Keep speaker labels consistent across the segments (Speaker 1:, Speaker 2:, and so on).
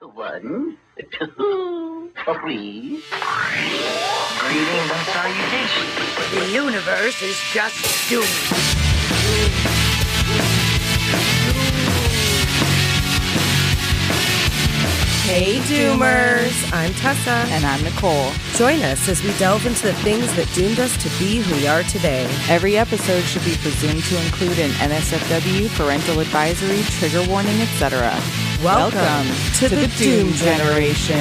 Speaker 1: One, two, three.
Speaker 2: Greetings and salutations.
Speaker 3: The universe is just doomed.
Speaker 4: Hey Doomers! I'm Tessa.
Speaker 5: And I'm Nicole.
Speaker 4: Join us as we delve into the things that doomed us to be who we are today.
Speaker 5: Every episode should be presumed to include an NSFW, parental advisory, trigger warning, etc.
Speaker 4: Welcome to the Doom
Speaker 5: Generation.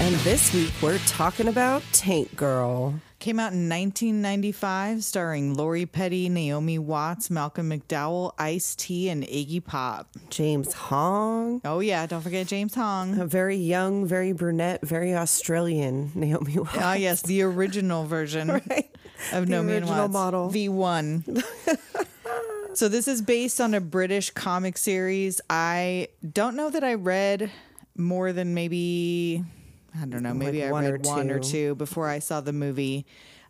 Speaker 4: And this week we're talking about Tank Girl.
Speaker 6: Came out in 1995, starring Lori Petty, Naomi Watts, Malcolm McDowell, Ice T, and Iggy Pop.
Speaker 4: James Hong.
Speaker 6: Oh yeah, don't forget James Hong.
Speaker 4: A very young, very brunette, very Australian Naomi Watts.
Speaker 6: Ah yes, the original version
Speaker 4: Right.
Speaker 6: of
Speaker 4: The
Speaker 6: Naomi and
Speaker 4: original
Speaker 6: Watts.
Speaker 4: model.
Speaker 6: V one. so this is based on a British comic series. I don't know that I read more than maybe I don't know, maybe I
Speaker 4: one
Speaker 6: read
Speaker 4: or
Speaker 6: one or
Speaker 4: two.
Speaker 6: two before I saw the movie.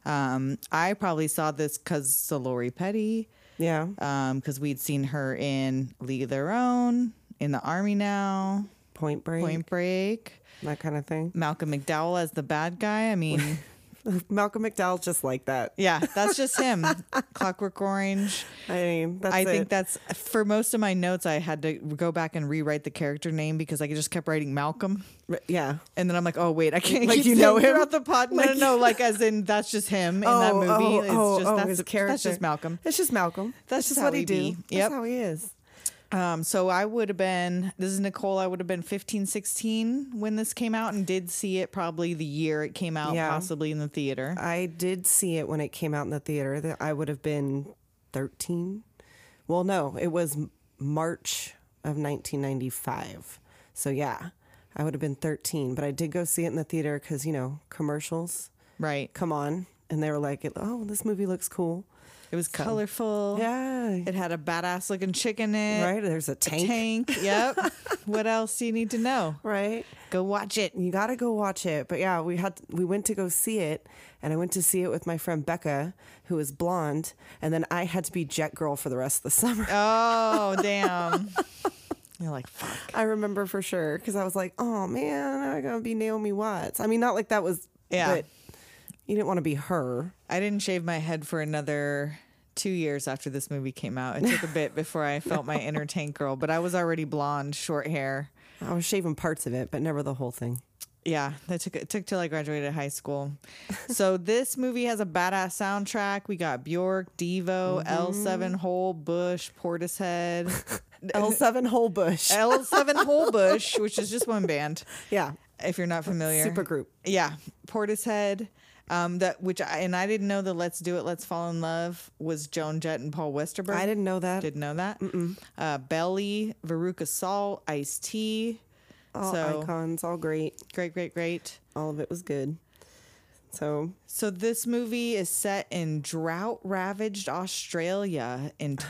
Speaker 6: Um, I probably saw this because of Lori Petty.
Speaker 4: Yeah.
Speaker 6: because we'd seen her in League of Their Own, in the Army Now,
Speaker 4: Point Break.
Speaker 6: Point Break,
Speaker 4: That kind of thing.
Speaker 6: Malcolm McDowell as the bad guy. I mean,
Speaker 4: Malcolm McDowell's just like that.
Speaker 6: yeah, that's just him. Clockwork Orange.
Speaker 4: I mean, that's
Speaker 6: I
Speaker 4: it.
Speaker 6: think that's for most of my notes. I had to go back and rewrite the character name because I just kept writing Malcolm,
Speaker 4: yeah.
Speaker 6: and then I'm like, oh wait, I can't.
Speaker 4: Like
Speaker 6: keep
Speaker 4: you know
Speaker 6: saying
Speaker 4: him?
Speaker 6: throughout the pod. No,
Speaker 4: Like-
Speaker 6: no, no, like as in that's just him in
Speaker 4: Oh,
Speaker 6: that movie. it's just that's
Speaker 4: his
Speaker 6: That's just Malcolm.
Speaker 4: It's just Malcolm. That's
Speaker 6: That's
Speaker 4: just
Speaker 6: how
Speaker 4: what
Speaker 6: he
Speaker 4: he do.
Speaker 6: be. Yep.
Speaker 4: That's how he is.
Speaker 6: Um, so I would have been, this is Nicole, I would have been 15, 16 when this came out and did see it probably the year it came out,
Speaker 4: Yeah.
Speaker 6: possibly in the theater.
Speaker 4: I did see it when it came out in the theater. That I would have been 13. Well, no, it was M- March of 1995. So yeah, I would have been 13, but I did go see it in the theater cuz you know, commercials
Speaker 6: Right.
Speaker 4: come on and they were like, "Oh, this movie looks cool."
Speaker 6: It was colorful.
Speaker 4: Yeah.
Speaker 6: It had a badass looking chick in it.
Speaker 4: right? There's a tank.
Speaker 6: Tank. Yep. what else do you need to know?
Speaker 4: Right?
Speaker 6: Go watch it.
Speaker 4: You got to go watch it. But yeah, we had we went to go see it, and I went to see it with my friend Becca, who is blonde, and then I had to be Jet Girl for the rest of the summer.
Speaker 6: Oh, damn. You're like, fuck.
Speaker 4: I remember for sure because I was like, "Oh man, I'm gonna be Naomi Watts." I mean, not like that was,
Speaker 6: Yeah.
Speaker 4: But you didn't want to be her.
Speaker 6: I didn't shave my head for another two years after this movie came out. It took a bit before I felt my inner tank girl, but I was already blonde, short hair.
Speaker 4: I was shaving parts of it, but never the whole thing.
Speaker 6: Yeah, that took it took till I graduated high school. so this movie has a badass soundtrack. We got Bjork, Devo, L7 Hole, Bush, Portishead,
Speaker 4: L seven whole bush.
Speaker 6: L7 Hole Bush, which is just one band.
Speaker 4: yeah,
Speaker 6: If you're not familiar,
Speaker 4: super group.
Speaker 6: Yeah, Portishead. Um, that which I, and I didn't know the Let's Do It, Let's Fall in Love was Joan Jett and Paul Westerberg.
Speaker 4: I didn't know that.
Speaker 6: Didn't know that. Uh, Belly, Veruca Salt, Ice T.
Speaker 4: all
Speaker 6: so
Speaker 4: icons, all great.
Speaker 6: great, great, great.
Speaker 4: All of it was good. So
Speaker 6: So this movie is set in drought-ravaged Australia in
Speaker 4: Oh.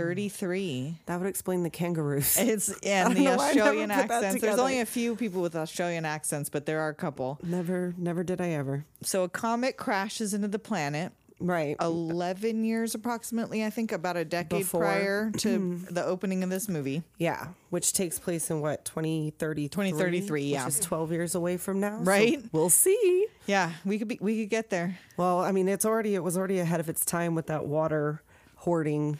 Speaker 6: 2033.
Speaker 4: that would explain the kangaroos.
Speaker 6: It's
Speaker 4: I
Speaker 6: and
Speaker 4: don't
Speaker 6: the
Speaker 4: know why I never
Speaker 6: Australian
Speaker 4: put that
Speaker 6: accents. There's
Speaker 4: together.
Speaker 6: only a few people with Australian accents, but there are a couple.
Speaker 4: Never, never did I ever.
Speaker 6: So a comet crashes into the planet.
Speaker 4: Right.
Speaker 6: Oh. 11 years approximately, I think, about a decade
Speaker 4: Before.
Speaker 6: prior to the opening of this movie.
Speaker 4: Yeah, which takes place in what 2033?
Speaker 6: 2033, yeah.
Speaker 4: which is 12 years away from now. so
Speaker 6: Right.
Speaker 4: we'll see.
Speaker 6: Yeah, we could be we could get there.
Speaker 4: Well, I mean, it's already it was already ahead of its time with that water hoarding.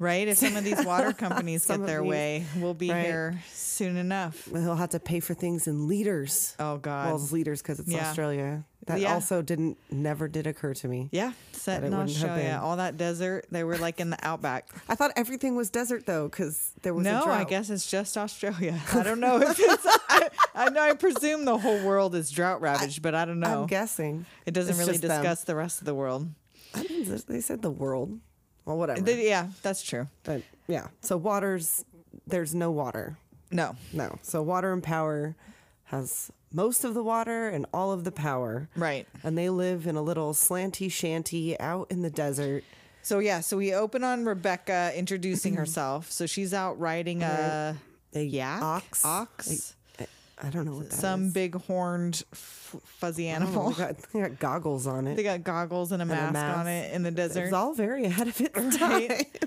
Speaker 6: Right? If some of these water companies
Speaker 4: Some
Speaker 6: get
Speaker 4: of
Speaker 6: their
Speaker 4: these.
Speaker 6: way, we'll be
Speaker 4: Right.
Speaker 6: here soon enough.
Speaker 4: They'll have to pay for things in liters.
Speaker 6: Oh, God.
Speaker 4: Well, it's liters because it's
Speaker 6: Yeah.
Speaker 4: Australia. That
Speaker 6: Yeah.
Speaker 4: also didn't never did occur to me.
Speaker 6: Yeah, set
Speaker 4: it
Speaker 6: in
Speaker 4: wouldn't have been.
Speaker 6: Australia, all that desert. They were like in the outback.
Speaker 4: I thought everything was desert though because there was a
Speaker 6: no, I
Speaker 4: drought.
Speaker 6: guess it's just Australia. I don't know if it's. I, I know I presume the whole world is drought ravaged, but I don't know.
Speaker 4: I'm guessing
Speaker 6: it doesn't
Speaker 4: It's
Speaker 6: really
Speaker 4: just them.
Speaker 6: discuss the rest of the world.
Speaker 4: I mean, they said the world. Well, whatever.
Speaker 6: Th- yeah, that's true.
Speaker 4: but yeah, so water's there's no water.
Speaker 6: No,
Speaker 4: No. So water and power has most of the water and all of the power.
Speaker 6: Right.
Speaker 4: And they live in a little slanty shanty out in the desert.
Speaker 6: So yeah, so we open on Rebecca introducing herself. So she's out riding a,
Speaker 4: A
Speaker 6: yak,
Speaker 4: ox?
Speaker 6: ox,
Speaker 4: I don't know what that is.
Speaker 6: some big horned f- fuzzy
Speaker 4: Oh,
Speaker 6: animal.
Speaker 4: they, got, they got goggles on it.
Speaker 6: They got goggles and a,
Speaker 4: and a
Speaker 6: mask, on
Speaker 4: mask.
Speaker 6: it in the desert.
Speaker 4: It's all very ahead of its time.
Speaker 6: right?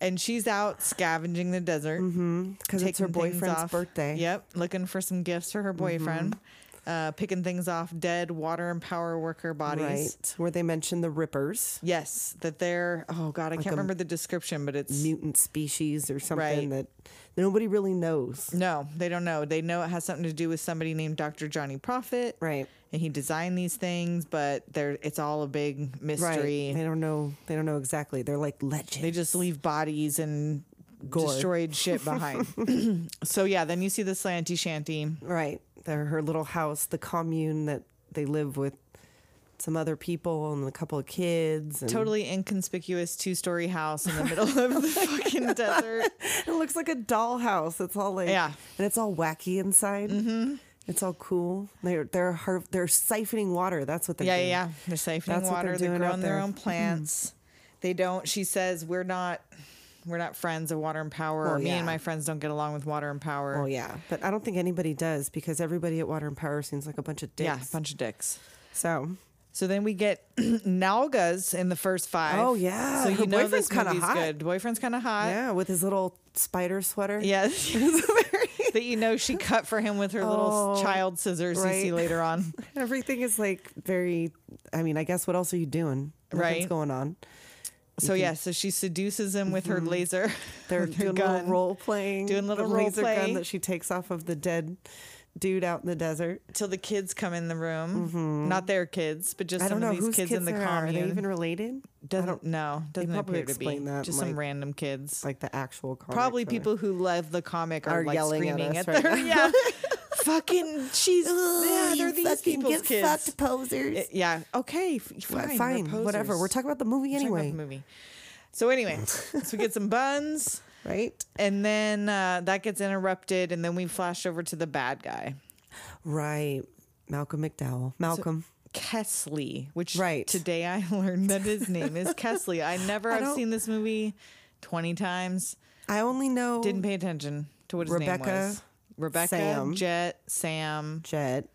Speaker 6: and she's out scavenging the desert.
Speaker 4: because it's her
Speaker 6: taking things
Speaker 4: boyfriend's
Speaker 6: off.
Speaker 4: birthday. Mm-hmm.
Speaker 6: Yep, looking for some gifts for her boyfriend. Uh, picking things off dead water and power worker bodies.
Speaker 4: Right. Where they mention the Rippers,
Speaker 6: Yes, that they're. Oh God, I can't remember the description, but it's
Speaker 4: mutant species or something
Speaker 6: Right.
Speaker 4: that nobody really knows.
Speaker 6: no. They don't know. They know it has something to do with somebody named Dr. Johnny Prophet,
Speaker 4: Right.
Speaker 6: And he designed these things, but they're it's all a big mystery.
Speaker 4: Right. They don't know. They don't know exactly. They're like legend.
Speaker 6: They just leave bodies and
Speaker 4: Gore.
Speaker 6: destroyed shit behind. so yeah, then you see the slanty shanty.
Speaker 4: Right. Their her little house, the commune that they live with some other people and a couple of kids. And
Speaker 6: Totally inconspicuous two story house in the middle of the fucking desert.
Speaker 4: It looks like a dollhouse. It's all like
Speaker 6: Yeah.
Speaker 4: and it's all wacky inside. Mm-hmm. It's all cool. They're they're har- they're siphoning water. That's what they're
Speaker 6: Yeah, yeah,
Speaker 4: doing.
Speaker 6: yeah. They're siphoning
Speaker 4: That's what
Speaker 6: water.
Speaker 4: they're
Speaker 6: They're,
Speaker 4: doing out
Speaker 6: growing their
Speaker 4: there. Mm-hmm.
Speaker 6: own plants. they don't. She says we're not. We're not friends of water and power. or
Speaker 4: Well,
Speaker 6: Me
Speaker 4: yeah.
Speaker 6: and my friends don't get along with water and power.
Speaker 4: Well, Oh, yeah, but I don't think anybody does because everybody at Water and Power seems like a bunch of dicks.
Speaker 6: yeah, bunch of dicks.
Speaker 4: So
Speaker 6: So then we get Nalgas in the first five.
Speaker 4: Oh, yeah.
Speaker 6: So
Speaker 4: Her
Speaker 6: you know
Speaker 4: boyfriend's
Speaker 6: this
Speaker 4: kinda
Speaker 6: movie's
Speaker 4: hot.
Speaker 6: good. Boyfriend's kind of hot.
Speaker 4: yeah, with his little spider sweater.
Speaker 6: Yes. that you know she cut for him with her little
Speaker 4: Oh,
Speaker 6: s- child scissors you see
Speaker 4: right.
Speaker 6: later on.
Speaker 4: Everything is like very. I mean, I guess what else are you doing? Nothing's
Speaker 6: Right.
Speaker 4: going on.
Speaker 6: So yeah, so she seduces him with her laser.
Speaker 4: Mm-hmm. They're
Speaker 6: with her
Speaker 4: doing
Speaker 6: gun.
Speaker 4: little role playing,
Speaker 6: Doing little
Speaker 4: the
Speaker 6: role
Speaker 4: laser gun
Speaker 6: play.
Speaker 4: that she takes off of the dead dude out in the desert.
Speaker 6: till the kids come in the room. Not their kids, but just
Speaker 4: Mm-hmm. I don't
Speaker 6: some
Speaker 4: know
Speaker 6: of these
Speaker 4: whose
Speaker 6: kids, in the
Speaker 4: there are. Are
Speaker 6: commune.
Speaker 4: they even related?
Speaker 6: doesn't no, doesn't
Speaker 4: probably
Speaker 6: appear to be
Speaker 4: explain that,
Speaker 6: just
Speaker 4: like-
Speaker 6: some random kids.
Speaker 4: Like the actual comics
Speaker 6: Probably
Speaker 4: or-
Speaker 6: people who love the comic are,
Speaker 4: Are
Speaker 6: like
Speaker 4: yelling at
Speaker 6: screaming
Speaker 4: us
Speaker 6: at,
Speaker 4: right
Speaker 6: their
Speaker 4: now.
Speaker 6: yeah. fucking she's yeah, they're these people's kids.
Speaker 4: posers.
Speaker 6: I- yeah. Okay. f- Fine.
Speaker 4: fine,
Speaker 6: they're
Speaker 4: whatever.
Speaker 6: posers.
Speaker 4: We're talking about the movie
Speaker 6: We're talking about
Speaker 4: anyway,
Speaker 6: the movie. So anyway, so we get some buns,
Speaker 4: right?
Speaker 6: and then uh, that gets interrupted, and then we flash over to the bad guy,
Speaker 4: Right. Malcolm McDowell. Malcolm.
Speaker 6: Kesley. Which
Speaker 4: Right.
Speaker 6: today I learned that his name is Kesley. I never
Speaker 4: I
Speaker 6: have
Speaker 4: don't-
Speaker 6: seen this movie twenty times.
Speaker 4: I only know
Speaker 6: Didn't pay attention to what his
Speaker 4: Oh. Rebecca,
Speaker 6: name was. Rebecca,
Speaker 4: Sam.
Speaker 6: Jet, Sam,
Speaker 4: Jet.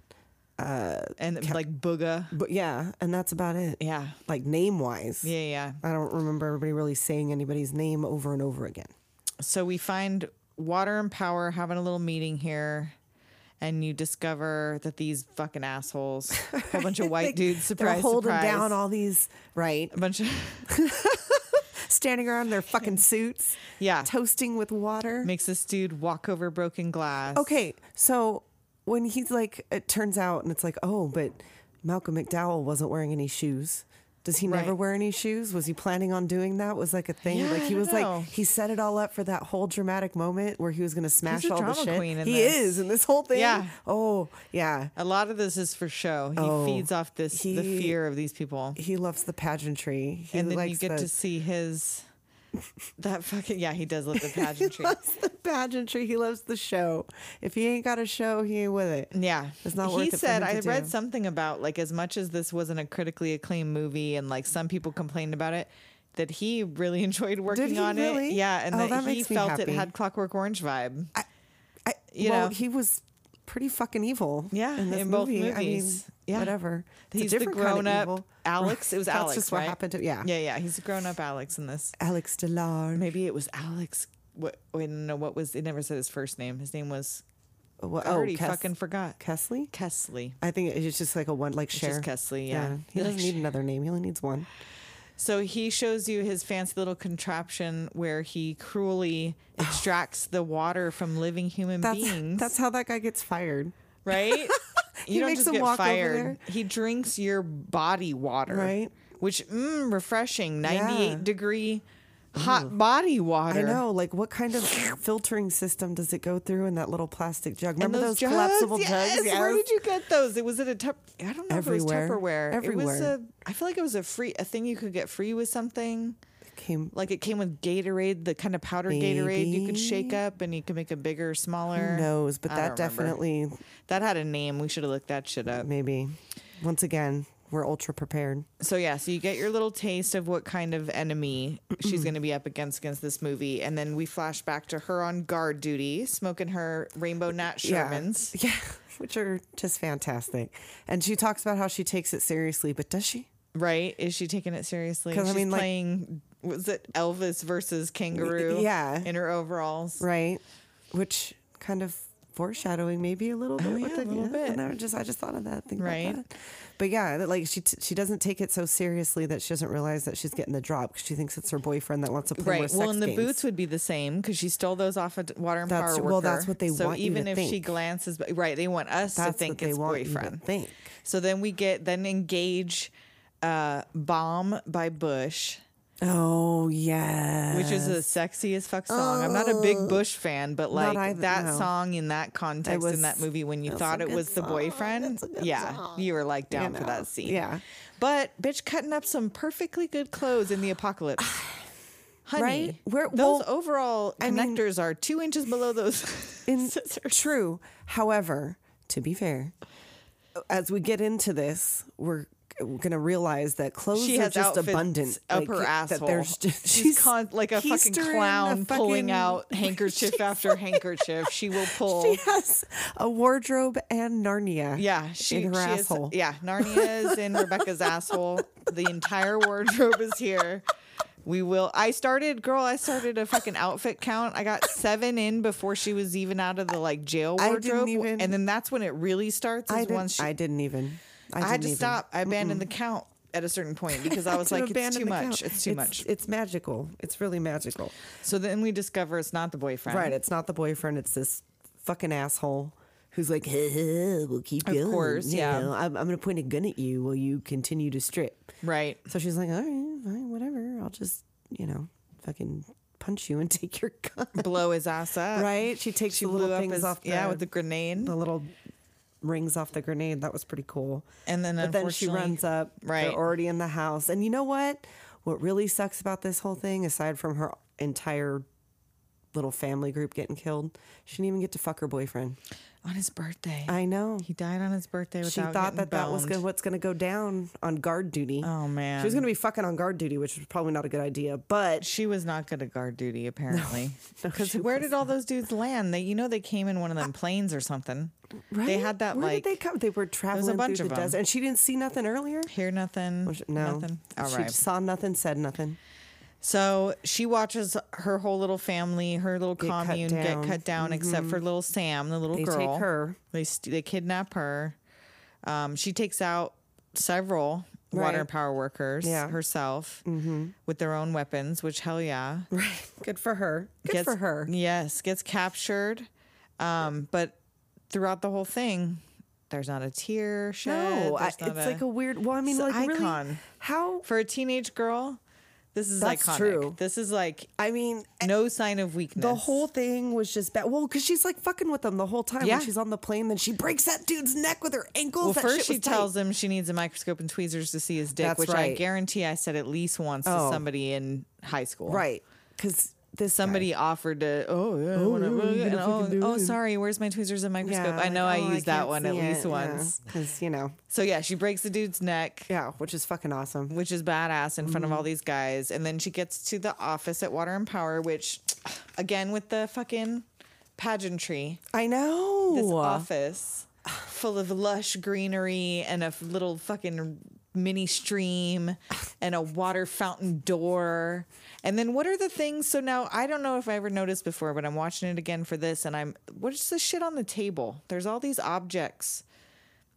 Speaker 6: and like Booga.
Speaker 4: But yeah, and that's about it.
Speaker 6: Yeah.
Speaker 4: Like name wise.
Speaker 6: Yeah, yeah.
Speaker 4: I don't remember everybody really saying anybody's name over and over again.
Speaker 6: so we find water and power having a little meeting here and you discover that these fucking assholes a whole bunch of white dudes surprise
Speaker 4: They're holding
Speaker 6: surprise,
Speaker 4: down all these right,
Speaker 6: a bunch of
Speaker 4: standing around in their fucking suits,
Speaker 6: yeah
Speaker 4: toasting with water.
Speaker 6: makes this dude walk over broken glass
Speaker 4: Okay, so when he's like, it turns out, and it's like, oh, but Malcolm McDowell wasn't wearing any shoes. Does he never
Speaker 6: Right.
Speaker 4: wear any shoes? Was he planning on doing that? Was like a thing.
Speaker 6: Yeah,
Speaker 4: like
Speaker 6: I
Speaker 4: he
Speaker 6: don't
Speaker 4: was
Speaker 6: know.
Speaker 4: like he set it all up for that whole dramatic moment where he was going to smash
Speaker 6: a
Speaker 4: all the
Speaker 6: drama
Speaker 4: shit.
Speaker 6: queen in
Speaker 4: he
Speaker 6: this.
Speaker 4: is in this whole thing.
Speaker 6: Yeah.
Speaker 4: Oh yeah.
Speaker 6: a lot of this is for show he
Speaker 4: Oh,
Speaker 6: feeds off this the
Speaker 4: he-
Speaker 6: fear of these people
Speaker 4: He loves the pageantry. He
Speaker 6: and then
Speaker 4: likes
Speaker 6: you get
Speaker 4: the,
Speaker 6: to see his that fucking yeah he does love the
Speaker 4: He
Speaker 6: pageantry
Speaker 4: loves the pageantry. He loves the show. If he ain't got a show, he ain't with it.
Speaker 6: Yeah,
Speaker 4: It's not
Speaker 6: He
Speaker 4: worth it for
Speaker 6: said
Speaker 4: him to
Speaker 6: I read
Speaker 4: do.
Speaker 6: something about like as much as this wasn't a critically acclaimed movie, and like some people complained about it, that he really enjoyed working
Speaker 4: he
Speaker 6: on it.
Speaker 4: really?
Speaker 6: Yeah, and
Speaker 4: Oh,
Speaker 6: that,
Speaker 4: that
Speaker 6: he
Speaker 4: makes me
Speaker 6: felt it
Speaker 4: happy.
Speaker 6: had Clockwork Orange vibe.
Speaker 4: I,
Speaker 6: You
Speaker 4: well,
Speaker 6: know?
Speaker 4: he was pretty fucking evil.
Speaker 6: Yeah,
Speaker 4: in, this
Speaker 6: in both
Speaker 4: movie. I mean,
Speaker 6: movies. Yeah.
Speaker 4: whatever. It's a
Speaker 6: He's the
Speaker 4: different kind of
Speaker 6: grown-up
Speaker 4: evil.
Speaker 6: Alex. It was
Speaker 4: That's
Speaker 6: Alex,
Speaker 4: just what
Speaker 6: right?
Speaker 4: happened to yeah.
Speaker 6: Yeah, yeah, he's a grown up Alex in this.
Speaker 4: Alex Delarge.
Speaker 6: Maybe it was Alex. What? Wait, no, what was? It never said his first name. His name was.
Speaker 4: Well,
Speaker 6: I already
Speaker 4: Oh, Kes-
Speaker 6: fucking forgot.
Speaker 4: Kesley.
Speaker 6: Kesley.
Speaker 4: I think it's just like a one like
Speaker 6: just
Speaker 4: Cher.
Speaker 6: Kesley, yeah.
Speaker 4: he
Speaker 6: Like
Speaker 4: doesn't need another name. He only needs one.
Speaker 6: So he shows you his fancy little contraption where he cruelly extracts the water from living
Speaker 4: Oh.
Speaker 6: human
Speaker 4: That's
Speaker 6: beings.
Speaker 4: that's how that guy gets fired.
Speaker 6: right. You
Speaker 4: He
Speaker 6: don't
Speaker 4: makes
Speaker 6: just
Speaker 4: them
Speaker 6: get
Speaker 4: walk over
Speaker 6: fired.
Speaker 4: there.
Speaker 6: He drinks your body water,
Speaker 4: Right.
Speaker 6: Which mm, refreshing, ninety-eight
Speaker 4: Yeah.
Speaker 6: degree hot body water.
Speaker 4: I know. Like, what kind of filtering system does it go through in that little plastic jug?
Speaker 6: And
Speaker 4: Remember
Speaker 6: those,
Speaker 4: those, collapsible
Speaker 6: yes!
Speaker 4: jugs?
Speaker 6: Where
Speaker 4: Yes.
Speaker 6: did you get those? It was at a tup I don't know
Speaker 4: Everywhere.
Speaker 6: if it was Tupperware. It was
Speaker 4: Everywhere.
Speaker 6: a. I feel like it was a free a thing you could get free with something.
Speaker 4: Came
Speaker 6: Like it came with Gatorade, the kind of powdered Gatorade you could shake up and you could make it bigger or smaller.
Speaker 4: knows, but
Speaker 6: I
Speaker 4: that
Speaker 6: don't remember.
Speaker 4: definitely
Speaker 6: that had a name. We should have looked that shit up.
Speaker 4: maybe. Once again, we're ultra prepared.
Speaker 6: So yeah, so you get your little taste of what kind of enemy she's going to be up against against this movie, and then we flash back to her on guard duty, smoking her rainbow nat Shermans.
Speaker 4: Yeah. yeah, which are just fantastic. And she talks about how she takes it seriously, but does she?
Speaker 6: right? Is she taking it seriously?
Speaker 4: 'Cause,
Speaker 6: She's
Speaker 4: I mean, like-
Speaker 6: playing was it Elvis versus kangaroo?
Speaker 4: yeah.
Speaker 6: in her overalls.
Speaker 4: right? Which kind of foreshadowing, maybe a little bit.
Speaker 6: Oh, yeah,
Speaker 4: with
Speaker 6: a
Speaker 4: it,
Speaker 6: little
Speaker 4: yeah.
Speaker 6: bit.
Speaker 4: And I just I just thought of that thing,
Speaker 6: Right.
Speaker 4: right? But yeah, that, like she t- she doesn't take it so seriously that she doesn't realize that she's getting the drop because she thinks it's her boyfriend that wants to play more
Speaker 6: Right.
Speaker 4: sex
Speaker 6: Well, and the
Speaker 4: games.
Speaker 6: boots would be the same because she stole those off a d- water and
Speaker 4: That's-
Speaker 6: power worker.
Speaker 4: well, that's what they
Speaker 6: so
Speaker 4: want you
Speaker 6: even
Speaker 4: to
Speaker 6: if she
Speaker 4: think.
Speaker 6: glances, but right, they want us
Speaker 4: That's
Speaker 6: to think
Speaker 4: what they
Speaker 6: it's
Speaker 4: want you to
Speaker 6: boyfriend.
Speaker 4: think.
Speaker 6: So then we get then engage, uh, bomb by Bush.
Speaker 4: Oh yeah,
Speaker 6: which is a sexy as fuck song. I'm not a big Bush fan, but like
Speaker 4: Oh. either-
Speaker 6: that
Speaker 4: no.
Speaker 6: song in that context
Speaker 4: was-
Speaker 6: in that movie, when you
Speaker 4: that's a
Speaker 6: thought it
Speaker 4: good
Speaker 6: was the
Speaker 4: song.
Speaker 6: boyfriend,
Speaker 4: That's a good
Speaker 6: yeah,
Speaker 4: song.
Speaker 6: you were like down for
Speaker 4: know,
Speaker 6: that scene.
Speaker 4: yeah.
Speaker 6: but bitch, cutting up some perfectly good clothes in the apocalypse. Honey,
Speaker 4: Right? Where-
Speaker 6: those
Speaker 4: well,
Speaker 6: overall
Speaker 4: I mean-
Speaker 6: connectors are two inches below those.
Speaker 4: in, true. However, to be fair, as we get into this, we're going to realize that clothes
Speaker 6: she
Speaker 4: are
Speaker 6: has
Speaker 4: just
Speaker 6: outfits
Speaker 4: abundant.
Speaker 6: up her
Speaker 4: that
Speaker 6: asshole.
Speaker 4: there's just-
Speaker 6: she's, con- like a fucking
Speaker 4: keistering a
Speaker 6: clown pulling
Speaker 4: fucking-
Speaker 6: out handkerchief after handkerchief. She will pull.
Speaker 4: She has a wardrobe and Narnia.
Speaker 6: Yeah, she,
Speaker 4: in her
Speaker 6: she
Speaker 4: asshole.
Speaker 6: Is, yeah, Narnia is in Rebecca's asshole. The entire wardrobe is here. We will. I started, girl. I started a fucking outfit count. I got seven in before she was even out of the like jail
Speaker 4: I didn't
Speaker 6: wardrobe,
Speaker 4: even-
Speaker 6: and then that's when it really starts. Is
Speaker 4: I, didn't,
Speaker 6: once she,
Speaker 4: I didn't even. I,
Speaker 6: I
Speaker 4: didn't
Speaker 6: had to
Speaker 4: even.
Speaker 6: stop. I abandoned the count at a certain point because I was
Speaker 4: To
Speaker 6: like, it's
Speaker 4: abandon
Speaker 6: too
Speaker 4: the
Speaker 6: much.
Speaker 4: count.
Speaker 6: It's too much.
Speaker 4: It's magical. It's really magical.
Speaker 6: So then we discover it's not the boyfriend.
Speaker 4: Right. It's not the boyfriend. It's this fucking asshole who's like, we'll keep
Speaker 6: Of
Speaker 4: going.
Speaker 6: course,
Speaker 4: you
Speaker 6: yeah.
Speaker 4: know. I'm, I'm going to point a gun at you while you continue to strip.
Speaker 6: Right.
Speaker 4: So she's like, all right, fine, whatever. I'll just, you know, fucking punch you and take your gun.
Speaker 6: Blow his ass up.
Speaker 4: Right? She takes
Speaker 6: She
Speaker 4: the little
Speaker 6: blew up
Speaker 4: things
Speaker 6: his
Speaker 4: off the,
Speaker 6: yeah with the grenade.
Speaker 4: the little rings off the grenade. That was pretty cool.
Speaker 6: And then
Speaker 4: but then she
Speaker 6: unfortunately-
Speaker 4: runs up.
Speaker 6: Right.
Speaker 4: They're already in the house. And you know what? What really sucks about this whole thing, aside from her entire little family group getting killed, she didn't even get to fuck her boyfriend.
Speaker 6: on his birthday.
Speaker 4: I know.
Speaker 6: He died on his birthday without
Speaker 4: She thought
Speaker 6: getting
Speaker 4: that that was
Speaker 6: boned.
Speaker 4: gonna, what's going to go down on guard duty.
Speaker 6: Oh, man.
Speaker 4: she was going to be fucking on guard duty, which was probably not a good idea. But
Speaker 6: She was not good at guard duty, apparently.
Speaker 4: No,
Speaker 6: Because
Speaker 4: she
Speaker 6: where did all those dudes land? They, you know, they came in one of them planes or something. They
Speaker 4: Right?
Speaker 6: had that
Speaker 4: Where
Speaker 6: like
Speaker 4: did they come? They were traveling
Speaker 6: bunch
Speaker 4: through
Speaker 6: of
Speaker 4: the
Speaker 6: 'em.
Speaker 4: desert, and she didn't see nothing earlier.
Speaker 6: hear nothing,
Speaker 4: Was she- No,
Speaker 6: nothing. All
Speaker 4: she
Speaker 6: right.
Speaker 4: saw nothing, said nothing.
Speaker 6: So she watches her whole little family, her little
Speaker 4: cut
Speaker 6: commune, get
Speaker 4: down. Mm-hmm.
Speaker 6: cut down, except for little Sam, the little
Speaker 4: They take
Speaker 6: girl.
Speaker 4: her.
Speaker 6: They st- they kidnap her. Um, she takes out several water
Speaker 4: Right.
Speaker 6: and power workers
Speaker 4: Yeah. Mm-hmm.
Speaker 6: herself with their own weapons. Which hell yeah.
Speaker 4: Right, good for her. Good
Speaker 6: gets
Speaker 4: for her.
Speaker 6: Yes, gets captured. Um, but throughout the whole thing, there's not a tear shed.
Speaker 4: No, I,
Speaker 6: there's
Speaker 4: it's
Speaker 6: not
Speaker 4: like a weird. Well, I mean,
Speaker 6: It's
Speaker 4: like really,
Speaker 6: icon.
Speaker 4: how?
Speaker 6: for a teenage girl. This is
Speaker 4: That's
Speaker 6: iconic.
Speaker 4: true.
Speaker 6: This is like
Speaker 4: I mean,
Speaker 6: no sign of weakness.
Speaker 4: the whole thing was just bad. Well, because she's like fucking with them the whole time.
Speaker 6: Yeah.
Speaker 4: When she's on the plane, then she breaks that dude's neck with her ankles.
Speaker 6: Well,
Speaker 4: That
Speaker 6: first
Speaker 4: shit
Speaker 6: she
Speaker 4: was tight.
Speaker 6: tells him she needs a microscope and tweezers to see his dick,
Speaker 4: That's
Speaker 6: which I
Speaker 4: right.
Speaker 6: guarantee I said at least once to
Speaker 4: Oh.
Speaker 6: somebody in high school.
Speaker 4: right because this guy-
Speaker 6: Somebody offered to, oh, yeah, I wanna-
Speaker 4: yeah, you
Speaker 6: and,
Speaker 4: gonna
Speaker 6: oh,
Speaker 4: fucking do
Speaker 6: oh,
Speaker 4: it."
Speaker 6: sorry, where's my tweezers and
Speaker 4: Yeah,
Speaker 6: microscope? I
Speaker 4: like,
Speaker 6: know
Speaker 4: oh,
Speaker 6: I used that
Speaker 4: can't
Speaker 6: one at
Speaker 4: see
Speaker 6: least
Speaker 4: it, yeah,
Speaker 6: once.
Speaker 4: 'cause, you know,
Speaker 6: So yeah, she breaks the dude's neck.
Speaker 4: yeah, which is fucking awesome.
Speaker 6: which is badass in
Speaker 4: Mm-hmm.
Speaker 6: front of all these guys. And then she gets to the office at Water and Power, which, again, with the fucking pageantry,
Speaker 4: I know.
Speaker 6: this office full of lush greenery and a f- little fucking mini stream and a water fountain door. And then what are the things? So now I don't know if I ever noticed before, but I'm watching it again for this. And I'm, what is the shit on the table? There's all these objects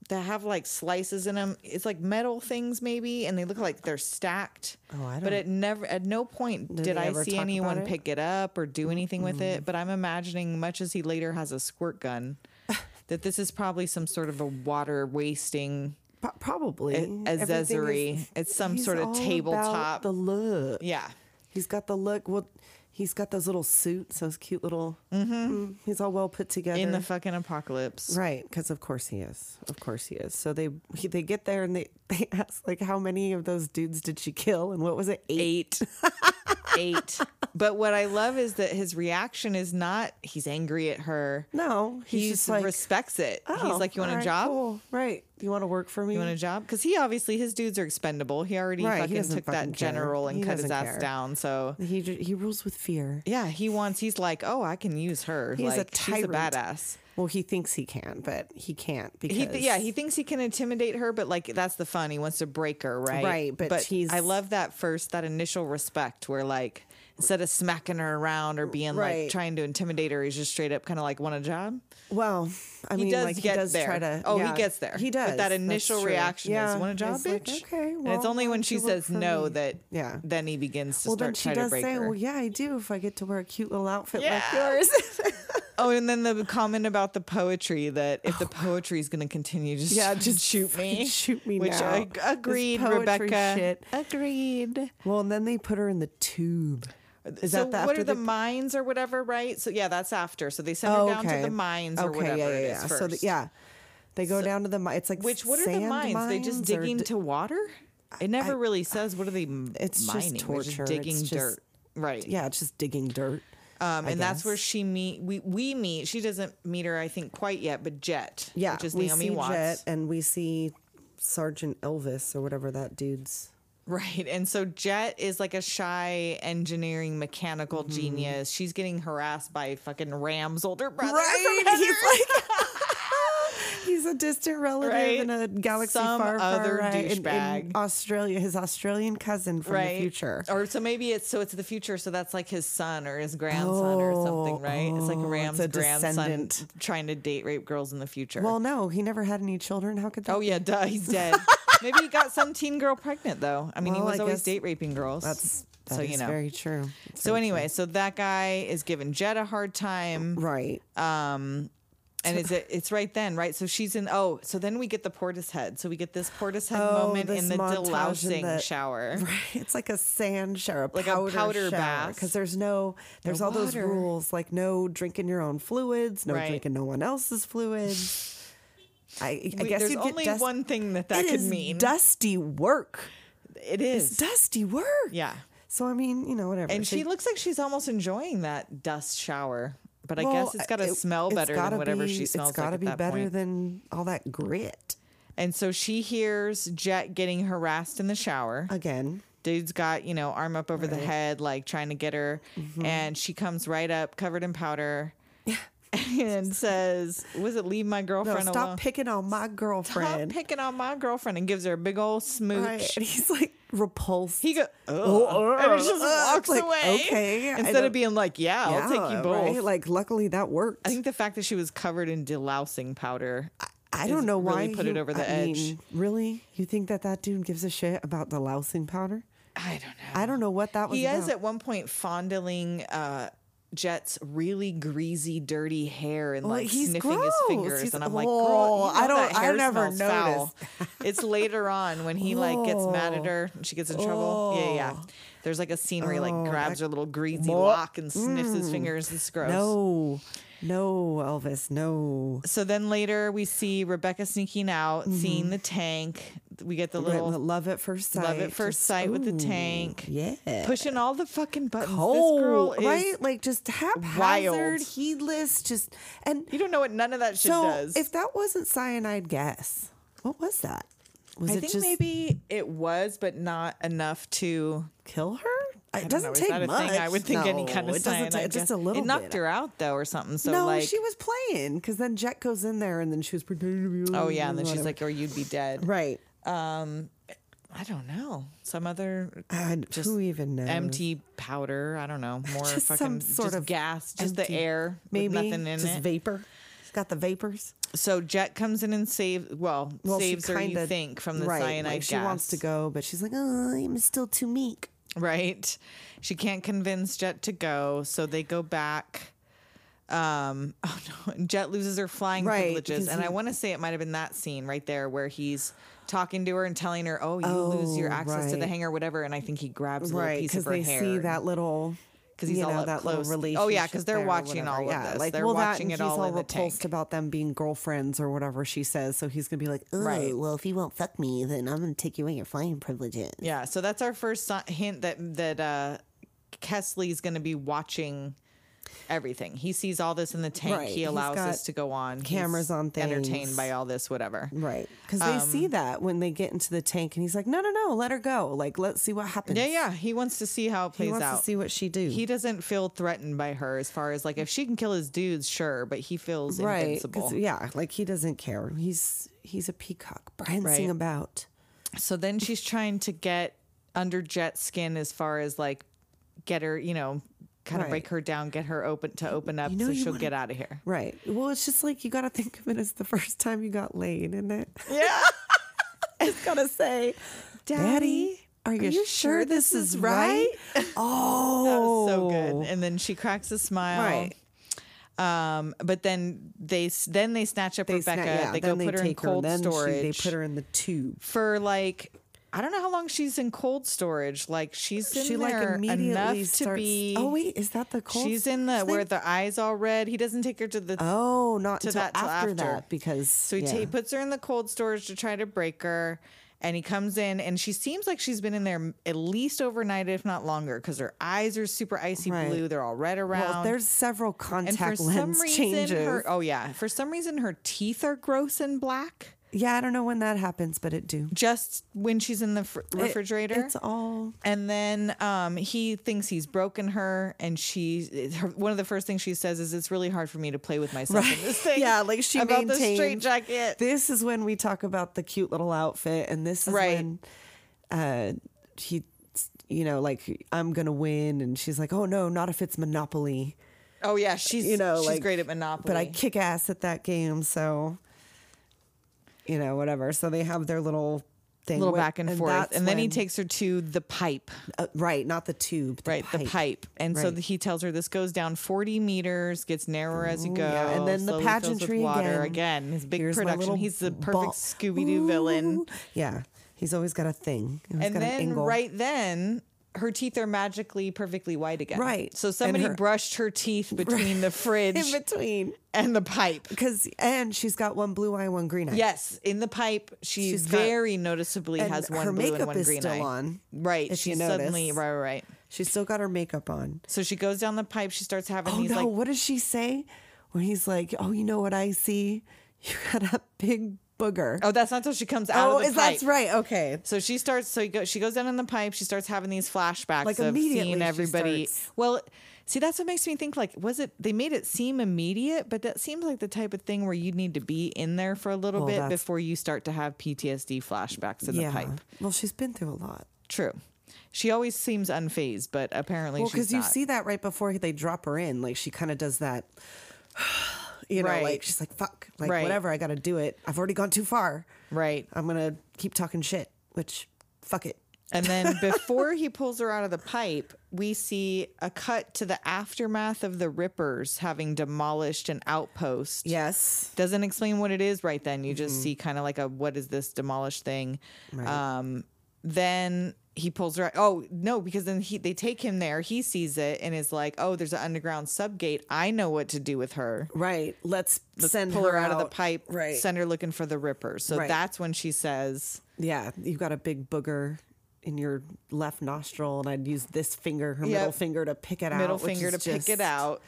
Speaker 6: that have like slices in them. It's like metal things maybe, and they look like they're stacked. Oh,
Speaker 4: I
Speaker 6: But
Speaker 4: don't-
Speaker 6: it never at no point did,
Speaker 4: they
Speaker 6: I
Speaker 4: ever
Speaker 6: see
Speaker 4: talk about
Speaker 6: anyone
Speaker 4: it? Mm-hmm.
Speaker 6: pick it up or do anything with it. But I'm imagining, much as he later has a squirt gun, that this is probably some sort of a water wasting
Speaker 4: Po- probably
Speaker 6: a
Speaker 4: Everything is-
Speaker 6: zessery. It's some
Speaker 4: he's
Speaker 6: sort of
Speaker 4: all about
Speaker 6: tabletop.
Speaker 4: The look,
Speaker 6: yeah.
Speaker 4: He's got the look. Well, he's got those little suits, those cute little. Mm, he's all well put together.
Speaker 6: In the fucking apocalypse.
Speaker 4: right, because of course he is. Of course he is. So they he, they get there and they they ask like, how many of those dudes did she kill? And what was it? Eight.
Speaker 6: Eight. Eight. But what I love is that his reaction is not he's angry at her.
Speaker 4: No, he's,
Speaker 6: He
Speaker 4: just like.
Speaker 6: respects it.
Speaker 4: "Oh,
Speaker 6: he's like, You want
Speaker 4: all
Speaker 6: a
Speaker 4: right,
Speaker 6: job?
Speaker 4: cool. Right. You want to work for me?
Speaker 6: You want a job? Because he obviously his dudes are expendable. He already
Speaker 4: Right, he
Speaker 6: fucking
Speaker 4: doesn't
Speaker 6: took
Speaker 4: fucking
Speaker 6: that
Speaker 4: care.
Speaker 6: general and
Speaker 4: He
Speaker 6: cut his
Speaker 4: doesn't
Speaker 6: ass
Speaker 4: care.
Speaker 6: down. So
Speaker 4: he ju- he rules with fear.
Speaker 6: yeah, he wants. He's like, oh, I can use her.
Speaker 4: He's
Speaker 6: like
Speaker 4: a
Speaker 6: she's a
Speaker 4: tyrant.
Speaker 6: badass.
Speaker 4: Well, he thinks he can, but he can't because
Speaker 6: He, yeah, he thinks he can intimidate her, but like that's the fun. He wants to break her, right?
Speaker 4: Right, but he's-
Speaker 6: I love that first, that initial respect, where like instead of smacking her around or being
Speaker 4: Right.
Speaker 6: like trying to intimidate her, he's just straight up kind of like want a job.
Speaker 4: well, I
Speaker 6: He
Speaker 4: mean,
Speaker 6: does
Speaker 4: like
Speaker 6: get
Speaker 4: he does
Speaker 6: there.
Speaker 4: try to.
Speaker 6: oh,
Speaker 4: yeah,
Speaker 6: he gets there.
Speaker 4: He does.
Speaker 6: But that
Speaker 4: That's
Speaker 6: initial
Speaker 4: true.
Speaker 6: reason
Speaker 4: yeah.
Speaker 6: is want a job,
Speaker 4: It's like,
Speaker 6: bitch.
Speaker 4: okay, well,
Speaker 6: and it's only
Speaker 4: why
Speaker 6: when
Speaker 4: don't
Speaker 6: she
Speaker 4: you work
Speaker 6: says
Speaker 4: for
Speaker 6: no
Speaker 4: me?
Speaker 6: that
Speaker 4: Yeah.
Speaker 6: then he begins to
Speaker 4: Well, then
Speaker 6: start
Speaker 4: she
Speaker 6: trying to
Speaker 4: does
Speaker 6: break
Speaker 4: say,
Speaker 6: her.
Speaker 4: "Well, yeah, I do. If I get to wear a cute little outfit
Speaker 6: Yeah.
Speaker 4: like yours."
Speaker 6: Oh, and then the comment about the poetry that if the poetry is going to continue, just
Speaker 4: Oh. Yeah,
Speaker 6: just shoot me,
Speaker 4: fucking shoot me
Speaker 6: Which
Speaker 4: now.
Speaker 6: I
Speaker 4: This
Speaker 6: agreed,
Speaker 4: poetry
Speaker 6: Rebecca.
Speaker 4: shit.
Speaker 6: Agreed.
Speaker 4: well, and then they put her in the tube. Is
Speaker 6: so
Speaker 4: that the,
Speaker 6: what
Speaker 4: after
Speaker 6: are the
Speaker 4: they-
Speaker 6: mines or whatever, right? So yeah, that's after. So they send her down to the mines or whatever
Speaker 4: Yeah, yeah,
Speaker 6: it is
Speaker 4: yeah.
Speaker 6: first.
Speaker 4: So the, yeah, they go down to the mi- it's like
Speaker 6: Which what are the
Speaker 4: sand
Speaker 6: mines? They just
Speaker 4: mines or
Speaker 6: digging
Speaker 4: d-
Speaker 6: to water? It never really says what are they m-
Speaker 4: It's just
Speaker 6: mining. They're
Speaker 4: torture. It's
Speaker 6: digging
Speaker 4: just-
Speaker 6: dirt. Right.
Speaker 4: yeah, it's just digging dirt.
Speaker 6: Um,
Speaker 4: I
Speaker 6: and that's where
Speaker 4: guess.
Speaker 6: she meet we we meet. She doesn't meet her, I think, quite yet, but Jet.
Speaker 4: Yeah,
Speaker 6: Which is
Speaker 4: we
Speaker 6: Naomi
Speaker 4: see
Speaker 6: Watts.
Speaker 4: Jet and we see Sergeant Elvis or whatever that dude's.
Speaker 6: Right. And so Jet is like a shy engineering mechanical
Speaker 4: Mm-hmm.
Speaker 6: genius. She's getting harassed by fucking Ram's older brother. from Heather.
Speaker 4: he's like. He's a distant relative
Speaker 6: Right?
Speaker 4: in a galaxy
Speaker 6: Some
Speaker 4: far, far
Speaker 6: other
Speaker 4: right in, in
Speaker 6: douchebag. Oh.
Speaker 4: Australia. His Australian cousin from the future.
Speaker 6: Or so maybe it's so it's the future, so that's like his son or his grandson or something, right? It's like Ram's
Speaker 4: Oh, a
Speaker 6: grandson
Speaker 4: descendant.
Speaker 6: trying to date rape girls in the future.
Speaker 4: Well, no, he never had any children. How could that?
Speaker 6: oh yeah, duh, he's dead. maybe he got some teen girl pregnant though. I mean, he
Speaker 4: Well,
Speaker 6: was
Speaker 4: I
Speaker 6: always
Speaker 4: guess
Speaker 6: date raping girls.
Speaker 4: that's that's
Speaker 6: so you know.
Speaker 4: very true.
Speaker 6: so anyway, so that guy is giving Jed a hard time.
Speaker 4: Right.
Speaker 6: uh, And is it? It's right then, right? So she's in. Oh, so then we get the Portishead. So we get this Portishead
Speaker 4: Oh,
Speaker 6: moment
Speaker 4: this
Speaker 6: in the
Speaker 4: montage in
Speaker 6: delousing
Speaker 4: the-
Speaker 6: shower.
Speaker 4: It's like a sand shower,
Speaker 6: Like a powder bath.
Speaker 4: because there's no, there's all those
Speaker 6: water.
Speaker 4: rules like no drinking your own fluids, no
Speaker 6: Right.
Speaker 4: drinking no one else's fluids. I, I
Speaker 6: We-
Speaker 4: guess
Speaker 6: there's
Speaker 4: you get
Speaker 6: only
Speaker 4: dust-
Speaker 6: one thing that that
Speaker 4: It
Speaker 6: could
Speaker 4: is
Speaker 6: mean.
Speaker 4: dusty work.
Speaker 6: It is.
Speaker 4: Dusty work.
Speaker 6: Yeah.
Speaker 4: So I mean, you know, whatever.
Speaker 6: And
Speaker 4: So
Speaker 6: she looks like she's almost enjoying that dust shower. But I guess it's got to
Speaker 4: it-
Speaker 6: smell
Speaker 4: it's
Speaker 6: better
Speaker 4: gotta
Speaker 6: than whatever
Speaker 4: be-
Speaker 6: she smells
Speaker 4: It's gotta
Speaker 6: like
Speaker 4: be
Speaker 6: at that
Speaker 4: better
Speaker 6: point.
Speaker 4: than all that grit.
Speaker 6: and so she hears Jet getting harassed in the shower.
Speaker 4: Again,
Speaker 6: Dude's got, you know, arm up over the head, like trying to get her.
Speaker 4: Mm-hmm.
Speaker 6: And she comes right up, covered in powder. And says, "Was it leave my
Speaker 4: no,
Speaker 6: girlfriend
Speaker 4: stop
Speaker 6: alone?
Speaker 4: picking on my
Speaker 6: Stop
Speaker 4: girlfriend.
Speaker 6: picking on my girlfriend!" And gives her a big old smooch.
Speaker 4: Right. And he's like repulsed.
Speaker 6: He goes,
Speaker 4: Oh,
Speaker 6: oh, and he just
Speaker 4: uh, uh,
Speaker 6: walks
Speaker 4: it's like,
Speaker 6: away.
Speaker 4: okay, I
Speaker 6: instead
Speaker 4: don't-
Speaker 6: of being like, "Yeah, I'll take you
Speaker 4: Yeah,
Speaker 6: both."
Speaker 4: right? Like, luckily that worked.
Speaker 6: I think the fact that she was covered in delousing powder.
Speaker 4: I don't know why
Speaker 6: really put it
Speaker 4: you-
Speaker 6: over the
Speaker 4: I
Speaker 6: edge.
Speaker 4: mean, really, you think that that dude gives a shit about the lousing powder?
Speaker 6: I don't know.
Speaker 4: I don't know what that was.
Speaker 6: He is
Speaker 4: about.
Speaker 6: at one point fondling uh, Jet's really greasy, dirty hair and like
Speaker 4: Oh, he's
Speaker 6: sniffing his
Speaker 4: gross.
Speaker 6: fingers,
Speaker 4: He's-
Speaker 6: and I'm like,
Speaker 4: oh,
Speaker 6: girl, you know
Speaker 4: I don't-
Speaker 6: That
Speaker 4: I
Speaker 6: hair
Speaker 4: never
Speaker 6: smells foul. it's later on when he like gets mad
Speaker 4: Oh.
Speaker 6: at her and she gets in trouble. Yeah, yeah. There's like a scene where he
Speaker 4: Oh,
Speaker 6: like grabs her little greasy lock and sniffs his fingers. It's gross.
Speaker 4: Mm. No, no, Elvis, no.
Speaker 6: So then later we see Rebecca sneaking out,
Speaker 4: Mm-hmm.
Speaker 6: seeing the tank. We get the
Speaker 4: Right,
Speaker 6: little
Speaker 4: love at first sight.
Speaker 6: Love at first
Speaker 4: just,
Speaker 6: sight with the
Speaker 4: ooh,
Speaker 6: tank.
Speaker 4: Yeah.
Speaker 6: Pushing all the fucking buttons. this
Speaker 4: Oh,
Speaker 6: girl is,
Speaker 4: right? Like just haphazard,
Speaker 6: wild.
Speaker 4: heedless, just and
Speaker 6: You don't know what none of that shit
Speaker 4: so
Speaker 6: does.
Speaker 4: if that wasn't cyanide gas, what was that? Was
Speaker 6: I
Speaker 4: it
Speaker 6: think
Speaker 4: just
Speaker 6: maybe it was, but not enough to.
Speaker 4: kill her? It
Speaker 6: I don't
Speaker 4: doesn't
Speaker 6: know, is
Speaker 4: take
Speaker 6: that a
Speaker 4: much.
Speaker 6: Thing? I would think any
Speaker 4: No,
Speaker 6: kind of
Speaker 4: it doesn't
Speaker 6: cyanide
Speaker 4: take-
Speaker 6: gas-
Speaker 4: just a little.
Speaker 6: It knocked
Speaker 4: bit.
Speaker 6: her out though, or something. So
Speaker 4: no,
Speaker 6: like,
Speaker 4: she was playing because then Jet goes in there and then she was pretending to be.
Speaker 6: oh yeah, and then she's like, or you'd be dead.
Speaker 4: right.
Speaker 6: I don't know. Some other
Speaker 4: And
Speaker 6: just
Speaker 4: who even knows?
Speaker 6: empty powder. I don't know. More
Speaker 4: Mm. Just some
Speaker 6: fucking
Speaker 4: sort
Speaker 6: just
Speaker 4: of
Speaker 6: gas. Just the
Speaker 4: empty-
Speaker 6: air.
Speaker 4: Maybe
Speaker 6: with nothing in
Speaker 4: just
Speaker 6: it.
Speaker 4: vapor. She's got the vapors.
Speaker 6: so Jet comes in and saves. Well,
Speaker 4: Well, she
Speaker 6: saves her. You
Speaker 4: kinda-
Speaker 6: think from the
Speaker 4: right,
Speaker 6: cyanide
Speaker 4: like
Speaker 6: gas.
Speaker 4: She wants to go, but she's like, oh, I'm still too meek.
Speaker 6: Right. She can't convince Jet to go, so they go back. Um, oh no, and Jet loses her flying
Speaker 4: Right,
Speaker 6: privileges.
Speaker 4: because
Speaker 6: And I
Speaker 4: he-
Speaker 6: want to say it might have been that scene right there where he's talking to her and telling her, Oh, you lose your
Speaker 4: Oh,
Speaker 6: access to the
Speaker 4: right,
Speaker 6: hangar, whatever. And I think he grabs a little piece
Speaker 4: because
Speaker 6: of her
Speaker 4: they
Speaker 6: hair.
Speaker 4: see that little.
Speaker 6: because he's
Speaker 4: you
Speaker 6: all
Speaker 4: know,
Speaker 6: up
Speaker 4: that
Speaker 6: close.
Speaker 4: little relationship.
Speaker 6: oh yeah, because they're
Speaker 4: there or
Speaker 6: watching
Speaker 4: whatever.
Speaker 6: all of
Speaker 4: yeah,
Speaker 6: this.
Speaker 4: Like,
Speaker 6: they're
Speaker 4: well, that
Speaker 6: watching
Speaker 4: and
Speaker 6: it
Speaker 4: he's
Speaker 6: all,
Speaker 4: all
Speaker 6: in the tank.
Speaker 4: repulsed about them being girlfriends or whatever she says. So he's gonna be like, oh,
Speaker 6: Right.
Speaker 4: well, if you won't fuck me, then I'm gonna take you away your flying privileges.
Speaker 6: Yeah, so that's our first si- hint that that uh, Kesley's going to be watching everything. He sees all this in the tank.
Speaker 4: Right.
Speaker 6: He
Speaker 4: He's
Speaker 6: allows
Speaker 4: got
Speaker 6: us to go on.
Speaker 4: cameras
Speaker 6: He's
Speaker 4: on things.
Speaker 6: Entertained by all this, whatever.
Speaker 4: Right. Because they see that when they get into the tank, and he's like, no, no, no, let her go. Like, let's see what happens.
Speaker 6: Yeah, yeah. He wants to see how it
Speaker 4: He
Speaker 6: plays
Speaker 4: wants
Speaker 6: out.
Speaker 4: to see what she do.
Speaker 6: he doesn't feel threatened by her as far as like if she can kill his dudes, sure, but he feels
Speaker 4: right. 'cause,
Speaker 6: invincible.
Speaker 4: Yeah. Like he doesn't care. He's he's a peacock prancing
Speaker 6: Right.
Speaker 4: about.
Speaker 6: So then she's trying to get under jet skin as far as like get her, you know, kind of
Speaker 4: Right.
Speaker 6: break her down, get her open to open up
Speaker 4: You know
Speaker 6: so
Speaker 4: you
Speaker 6: she'll
Speaker 4: wanna-
Speaker 6: get out of here.
Speaker 4: Right. Well, it's just like you got to think of it as the first time you got laid, isn't it?
Speaker 6: Yeah.
Speaker 4: It's got to say, Daddy,
Speaker 6: Daddy,
Speaker 4: are you, sure, this is right? oh.
Speaker 6: That was so good. And then she cracks a smile.
Speaker 4: Right.
Speaker 6: Um, but then they s- then they snatch up
Speaker 4: They sna-
Speaker 6: Rebecca.
Speaker 4: yeah,
Speaker 6: they go
Speaker 4: then
Speaker 6: put her in
Speaker 4: take
Speaker 6: cold
Speaker 4: then she-
Speaker 6: storage.
Speaker 4: they put her in the tube.
Speaker 6: for like I don't know how long she's in cold storage. Like she's in
Speaker 4: she like
Speaker 6: there enough
Speaker 4: immediately
Speaker 6: to
Speaker 4: starts.
Speaker 6: be.
Speaker 4: oh wait, is that the cold?
Speaker 6: she's in the
Speaker 4: thing?
Speaker 6: where the eyes all red. He doesn't take her to the.
Speaker 4: oh, not
Speaker 6: to
Speaker 4: until
Speaker 6: that till
Speaker 4: after,
Speaker 6: after.
Speaker 4: that because
Speaker 6: so he,
Speaker 4: yeah.
Speaker 6: ta- he puts her in the cold storage to try to break her. And he comes in, and she seems like she's been in there m- at least overnight, if not longer, because her eyes are super icy
Speaker 4: Right.
Speaker 6: blue. They're all red around.
Speaker 4: Well, there's several
Speaker 6: and
Speaker 4: contact
Speaker 6: for
Speaker 4: lens
Speaker 6: some reason,
Speaker 4: changes.
Speaker 6: her oh yeah, for some reason her teeth are gross and black.
Speaker 4: yeah, I don't know when that happens, but it do.
Speaker 6: Just when she's in the fr- refrigerator,
Speaker 4: It's all
Speaker 6: And then um, he thinks he's broken her, and she. Her, one of the first things she says is, "It's really hard for me to play with myself in this thing."
Speaker 4: yeah, like she
Speaker 6: about
Speaker 4: maintains.
Speaker 6: the straight jacket.
Speaker 4: This is when we talk about the cute little outfit, and this is
Speaker 6: Right.
Speaker 4: when uh, he, you know, like I'm gonna win, and she's like, oh no, not if it's Monopoly,
Speaker 6: oh yeah, she's
Speaker 4: uh, you know,
Speaker 6: she's
Speaker 4: like
Speaker 6: great at Monopoly.
Speaker 4: but I kick ass at that game, so you know, whatever. So they have their little thing,
Speaker 6: little
Speaker 4: wh-
Speaker 6: back and, forth,
Speaker 4: that's
Speaker 6: and then he
Speaker 4: when-
Speaker 6: takes her to the pipe,
Speaker 4: uh, right, not the tube, the
Speaker 6: right? The pipe, and so
Speaker 4: Right.
Speaker 6: he tells her this goes down forty meters, gets narrower as you go,
Speaker 4: yeah, and then the
Speaker 6: slowly Oh, fills with
Speaker 4: pageantry
Speaker 6: water
Speaker 4: again.
Speaker 6: His big
Speaker 4: Here's my
Speaker 6: production.
Speaker 4: little
Speaker 6: He's the perfect
Speaker 4: ball.
Speaker 6: Scooby Doo villain.
Speaker 4: Ooh. Yeah, he's always got a thing. He's
Speaker 6: and
Speaker 4: got an
Speaker 6: then
Speaker 4: angle.
Speaker 6: right then her teeth are magically perfectly white again.
Speaker 4: Right.
Speaker 6: So
Speaker 4: And
Speaker 6: somebody
Speaker 4: her-
Speaker 6: brushed her teeth between the
Speaker 4: in
Speaker 6: fridge
Speaker 4: between.
Speaker 6: and the pipe.
Speaker 4: Because and she's got one blue eye, one green eye.
Speaker 6: Yes, in the pipe, she
Speaker 4: She's got-
Speaker 6: very noticeably
Speaker 4: and
Speaker 6: has one
Speaker 4: her
Speaker 6: blue and
Speaker 4: makeup
Speaker 6: one
Speaker 4: is
Speaker 6: green
Speaker 4: still
Speaker 6: eye.
Speaker 4: on,
Speaker 6: Right.
Speaker 4: if
Speaker 6: She
Speaker 4: you
Speaker 6: suddenly
Speaker 4: notice.
Speaker 6: right, right, right.
Speaker 4: she's still got her makeup on.
Speaker 6: So she goes down the pipe. She starts having
Speaker 4: Oh
Speaker 6: these
Speaker 4: no!
Speaker 6: like
Speaker 4: what does she say? When he's like, "Oh, you know what I see? You got a big booger."
Speaker 6: oh, that's not until she comes out of the
Speaker 4: is
Speaker 6: pipe.
Speaker 4: that's right? Okay,
Speaker 6: So she starts. So he go, she goes down in the pipe. She starts having these flashbacks
Speaker 4: Like,
Speaker 6: of
Speaker 4: immediately
Speaker 6: seeing
Speaker 4: she
Speaker 6: everybody.
Speaker 4: starts-
Speaker 6: Well, see, that's what makes me think. Like, was it they made it seem immediate? But that seems like the type of thing where you need to be in there for a little
Speaker 4: Well,
Speaker 6: bit
Speaker 4: that's-
Speaker 6: before you start to have PTSD flashbacks in
Speaker 4: yeah.
Speaker 6: the pipe.
Speaker 4: Well, she's been through a lot.
Speaker 6: True. She always seems unfazed, but apparently
Speaker 4: Well,
Speaker 6: she's
Speaker 4: because you
Speaker 6: not.
Speaker 4: see that right before they drop her in, like she kind of does that. You know,
Speaker 6: Right.
Speaker 4: like she's like, "Fuck, like
Speaker 6: Right.
Speaker 4: whatever, I got to do it. I've already gone too far.
Speaker 6: right.
Speaker 4: I'm gonna keep talking shit." Which, fuck it.
Speaker 6: And then before he pulls her out of the pipe, we see a cut to the aftermath of the Rippers having demolished an outpost.
Speaker 4: Yes.
Speaker 6: doesn't explain what it is right then. You
Speaker 4: Mm-hmm.
Speaker 6: just see kind of like a what is this demolished thing. Um, then he pulls her. Oh no, because then he they take him there. He sees it and is like, oh, there's an underground subgate. I know what to do with her.
Speaker 4: Right. Let's,
Speaker 6: Let's
Speaker 4: send
Speaker 6: pull her, out, of the pipe.
Speaker 4: Right.
Speaker 6: Send her looking for the rippers. So
Speaker 4: Right.
Speaker 6: that's when she says,
Speaker 4: yeah, you've got a big booger in your left nostril, and I'd use this finger, her middle
Speaker 6: Yep.
Speaker 4: finger, to pick it out.
Speaker 6: middle
Speaker 4: which
Speaker 6: finger to
Speaker 4: is
Speaker 6: pick it
Speaker 4: just
Speaker 6: out.